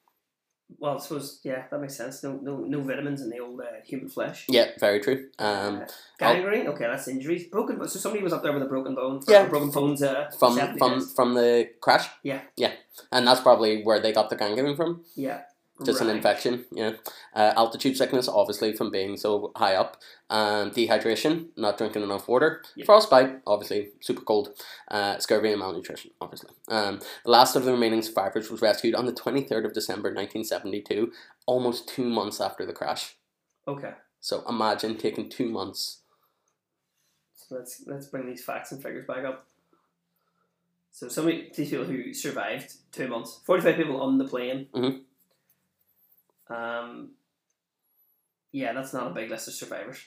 D: Well, I suppose yeah, that makes sense. No, no, no vitamins in the old uh, human flesh.
C: Yeah, very true. Um,
D: Uh, gangrene. Okay, that's injuries. Broken. bone. So somebody was up there with a broken bone.
C: Yeah.
D: broken bones. Uh,
C: from
D: 70
C: from
D: days.
C: from the crash.
D: Yeah.
C: yeah, and that's probably where they got the gangrene from.
D: yeah.
C: just an
D: Right.
C: infection, you know. Uh, altitude sickness, obviously, from being so high up. Um, dehydration, not drinking enough water.
D: Yeah.
C: Frostbite, obviously, super cold. Uh, scurvy and malnutrition, obviously. Um, the last of the remaining survivors was rescued on the 23rd of December 1972, almost two months after the crash.
D: Okay,
C: So imagine taking two months.
D: so let's let's bring these facts and figures back up. So somebody, these people who survived two months, forty-five people on the plane.
C: Mhm. Mm-hmm.
D: Um. Yeah, that's not a big list of survivors.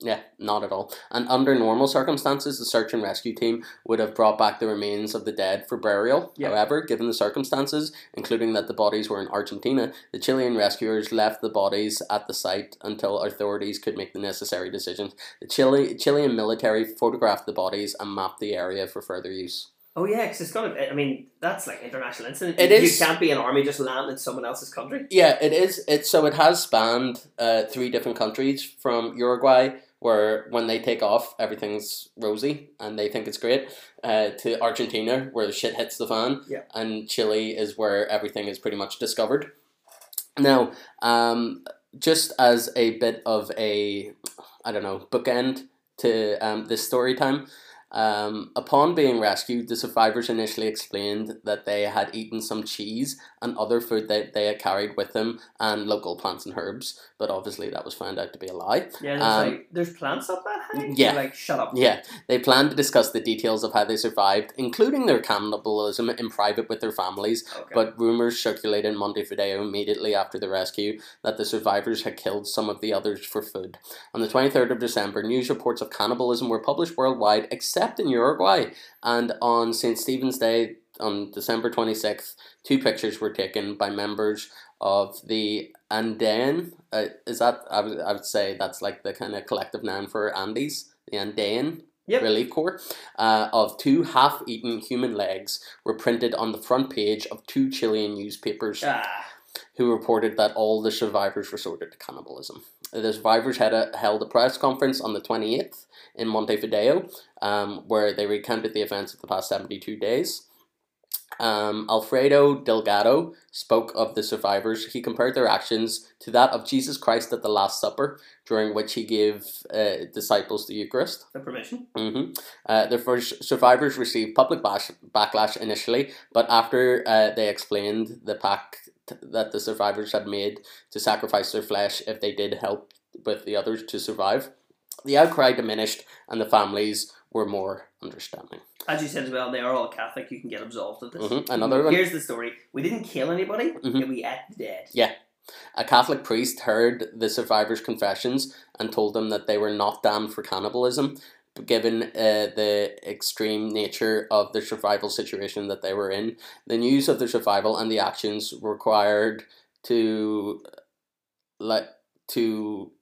C: Yeah, not at all. And under normal circumstances, the search and rescue team would have brought back the remains of the dead for burial.
D: Yeah.
C: However, given the circumstances, including that the bodies were in Argentina, the Chilean rescuers left the bodies at the site until authorities could make the necessary decisions. The Chile, Chilean military photographed the bodies and mapped the area for further use.
D: Oh yeah, because it's gonna. I mean, that's like international incident.
C: It
D: you,
C: is.
D: You can't be an army just land in someone else's country.
C: Yeah, it is. It so it has spanned uh, three different countries from Uruguay where when they take off, everything's rosy and they think it's great, uh, to Argentina, where the shit hits the fan,
D: Yeah.
C: and Chile is where everything is pretty much discovered. Now, um, just as a bit of a, I don't know, bookend to um, this story time. Um, upon being rescued, the survivors initially explained that they had eaten some cheese and other food that they had carried with them and local plants and herbs, but obviously that was found out to be a lie.
D: Yeah, there's
C: Um,
D: like there's plants up that high.
C: yeah.
D: You're like shut up.
C: Yeah, they planned to discuss the details of how they survived, including their cannibalism in private with their families,
D: Okay.
C: but rumors circulated in Montevideo immediately after the rescue that the survivors had killed some of the others for food. On the 23rd of December, news reports of cannibalism were published worldwide, except in Uruguay. And on St. Stephen's Day, on December 26th, two pictures were taken by members of the Andean. Uh, is that, I would, I would say that's like the kind of collective noun for Andes, the Andean.
D: Yep.
C: Relief Corps uh, of two half eaten human legs were printed on the front page of two Chilean newspapers
D: ah,
C: who reported that all the survivors resorted to cannibalism. The survivors had a, held a press conference on the 28th in Montevideo, um, where they recounted the events of the past 72 days. Um, Alfredo Delgado spoke of the survivors. He compared their actions to that of Jesus Christ at the Last Supper, during which he gave uh, disciples the Eucharist.
D: the permission.
C: Mm-hmm. Uh, the first survivors received public bash- backlash initially, but after uh, they explained the pact that the survivors had made to sacrifice their flesh if they did help with the others to survive, the outcry diminished and the families were more understanding.
D: As you said as well, they are all Catholic. You can get absolved of this.
C: Mhm, another one.
D: Here's the story. We didn't kill anybody.
C: Mhm.
D: And we ate the dead.
C: A Catholic priest heard the survivors' confessions and told them that they were not damned for cannibalism, but given uh, the extreme nature of the survival situation that they were in. The news of their survival and the actions required to, like, to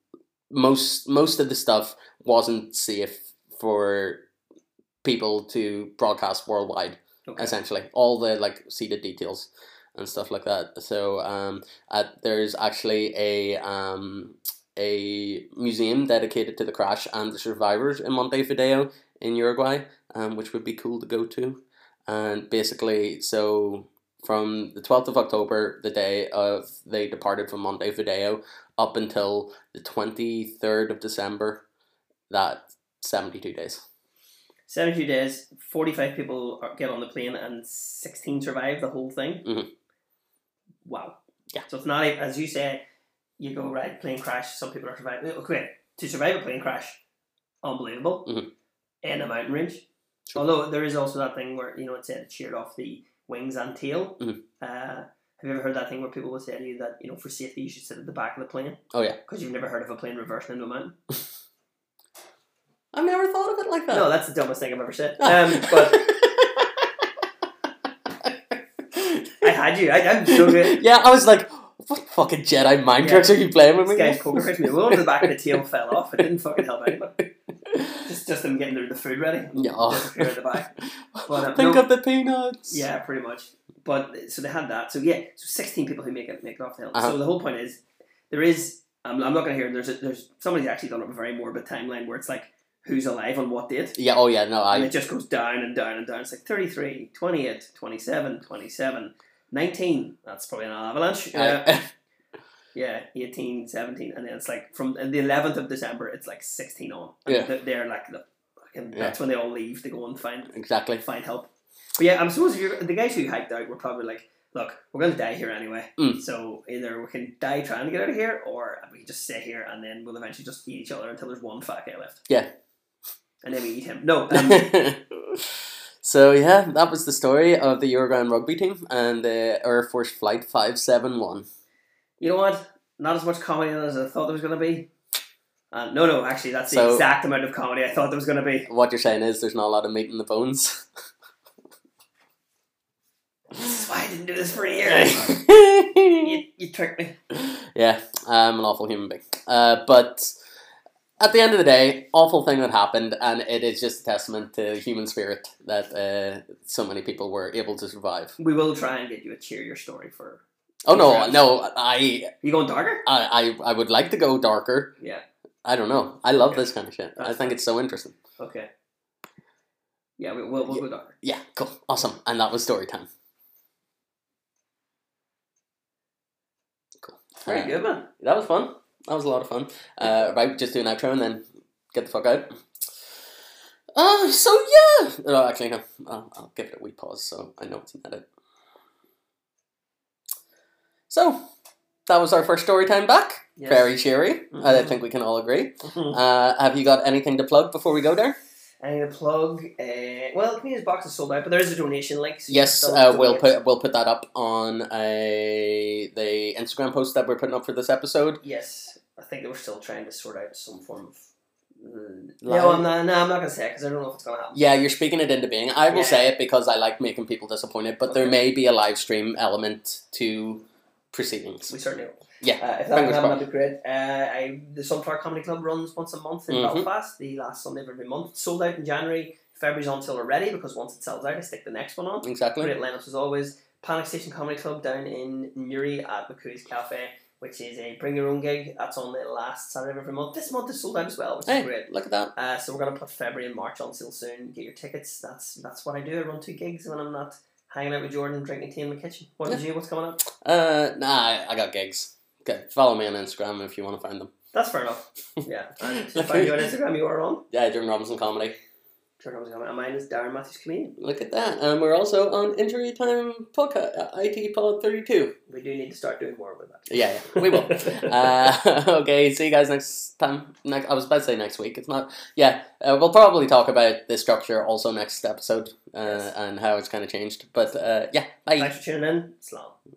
C: most most of the stuff wasn't safe for people to broadcast worldwide
D: Okay.
C: essentially all the like seated details and stuff like that so um at, there's actually a um a museum dedicated to the crash and the survivors in montevideo in uruguay um, which would be cool to go to and basically so from the 12th of october the day of they departed from montevideo up until the 23rd of december that 72 days
D: 72 days, 45 people are- get on the plane, and 16 survive the whole thing.
C: Mhm.
D: Wow.
C: Yeah.
D: So it's not, a- as you say, you go, right, plane crash, some people are surviving. Okay, to survive a plane crash, unbelievable.
C: Mhm.
D: In a mountain range.
C: Sure.
D: Although there is also that thing where, you know, it said it sheared off the wings and tail.
C: Mhm.
D: Uh, have you ever heard that thing where people will say to you that, you know, for safety, you should sit at the back of the plane?
C: Oh, yeah.
D: Because you've never heard of a plane reversing into a mountain?
C: i've never thought of it like that
D: No, that's the dumbest thing I've ever said. Um, but I had you. I, I'm so good.
C: yeah, I was like, what fucking Jedi mind
D: Yeah.
C: tricks are you playing with
D: This guy's
C: me?
D: poker face me. Well, the back of the tail fell off. It didn't fucking help anyone. Just, just them getting their, the food ready.
C: Yeah.
D: Disappear at the back. But, um,
C: Think
D: no.
C: of the peanuts.
D: Yeah, pretty much. But so they had that. So yeah, so 16 people who make it make it off the hill.
C: Uh-huh.
D: So the whole point is, there is. I'm, I'm not going to hear. There's a, there's somebody's actually done a very morbid timeline where it's like who's alive on what date.
C: Yeah. Oh yeah. No. I.
D: and it just goes down and down and down. It's like 33, 28, 27, 27, 19. That's probably an avalanche. Uh,
C: I
D: Yeah, 18, 17, and then it's like from the 11th of December, it's like 16 on.
C: Yeah.
D: They're, they're like, the, fucking
C: Yeah.
D: that's when they all leave to go and find
C: exactly.
D: find help. But yeah, I'm supposed to, the guys who hiked out were probably like, look, we're going to die here anyway.
C: Mm.
D: So either we can die trying to get out of here, or we can just stay here and then we'll eventually just eat each other until there's one fat guy left.
C: Yeah.
D: And then we eat him. No, um,
C: so yeah, that was the story of the Uruguayan rugby team and the Air Force Flight Five Seven One.
D: you know what? Not as much comedy as I thought there was going to be. Uh, no, no, actually, that's the
C: So-
D: exact amount of comedy I thought there was going to be.
C: What you're saying is there's not a lot of meat in the bones.
D: This is why I didn't do this for a year.
C: yeah,
D: you, you tricked me.
C: I'm an awful human being. Uh, but at the end of the day, awful thing that happened, and it is just a testament to human spirit that uh, so many people were able to survive.
D: We will try and get you a cheerier story for.
C: Oh no, no, I,
D: You going darker?
C: I, I would like to go darker.
D: Yeah.
C: I don't know. I love
D: Okay.
C: this kind of shit. I
D: That's
C: think it's so interesting.
D: Okay. Yeah, we, we'll, we'll go down.
C: Yeah, cool. Awesome. And that was story time. Cool.
D: Very
C: Uh,
D: good, man.
C: That was fun. That was a lot of fun. Uh, right, just do an outro and then get the fuck out. Uh, so yeah. No, actually, no. I'll, I'll give it a wee pause so I know it's an edit. So, that was our first story time back.
D: Yes. Mm-hmm.
C: Very cheery. I
D: Mhm.
C: think we can all agree. Uh, have you got anything to plug before we go there?
D: I'm gonna plug. Uh, well, the comedian's box is sold out, but there is a donation link. So you
C: Yes,
D: can still
C: uh, we'll
D: donate.
C: put we'll put that up on a the Instagram post that we're putting up for this episode.
D: Yes, I think they were still trying to sort out some form of. Mm,
C: Live.
D: No, I'm not. No, I'm not gonna say because I don't know if it's gonna happen.
C: Yeah, you're speaking it into being. I will
D: Yeah.
C: say it because I like making people disappointed, but there
D: Okay.
C: may be a live stream element to proceedings.
D: We certainly will.
C: Yeah,
D: Uh,
C: fingers
D: if that would happen,
C: crossed.
D: that'd be great. Uh, I, the Sunflower Comedy Club runs once a month in
C: Mhm.
D: Belfast, the last Sunday of every month. It's sold out in January. February's on till already because once it sells out, I stick the next one on.
C: Exactly.
D: Great lineups as always. Panic Station Comedy Club down in Newry at McCoo's Cafe, which is a bring your own gig. That's on the last Saturday of every month. This month is sold out as well, which is
C: Hey,
D: great.
C: look at that.
D: Uh, so we're gonna put February and March on sale soon. Get your tickets. That's that's what I do. I run two gigs when I'm not hanging out with Jordan drinking tea in the kitchen. What about you? What's coming up?
C: Uh, nah, I- I got gigs. Okay, follow me on Instagram if you want to find them.
D: That's fair enough. Yeah. And
C: Look
D: find
C: who-
D: you on Instagram. You are on.
C: Yeah, Jordan Robinson comedy.
D: Jordan was coming. And mine is Darren Matthews comedian.
C: Look at that. And we're also on Injury Time podcast, uh, IT Pod Thirty Two.
D: We do need to start doing more with that.
C: Yeah, yeah, we will. uh, okay, see you guys next time. Next, I was about to say next week. It's not. Yeah, uh, we'll probably talk about the structure also next episode uh, and how it's kind of changed. But uh, yeah, bye.
D: Thanks for tuning in. Slam.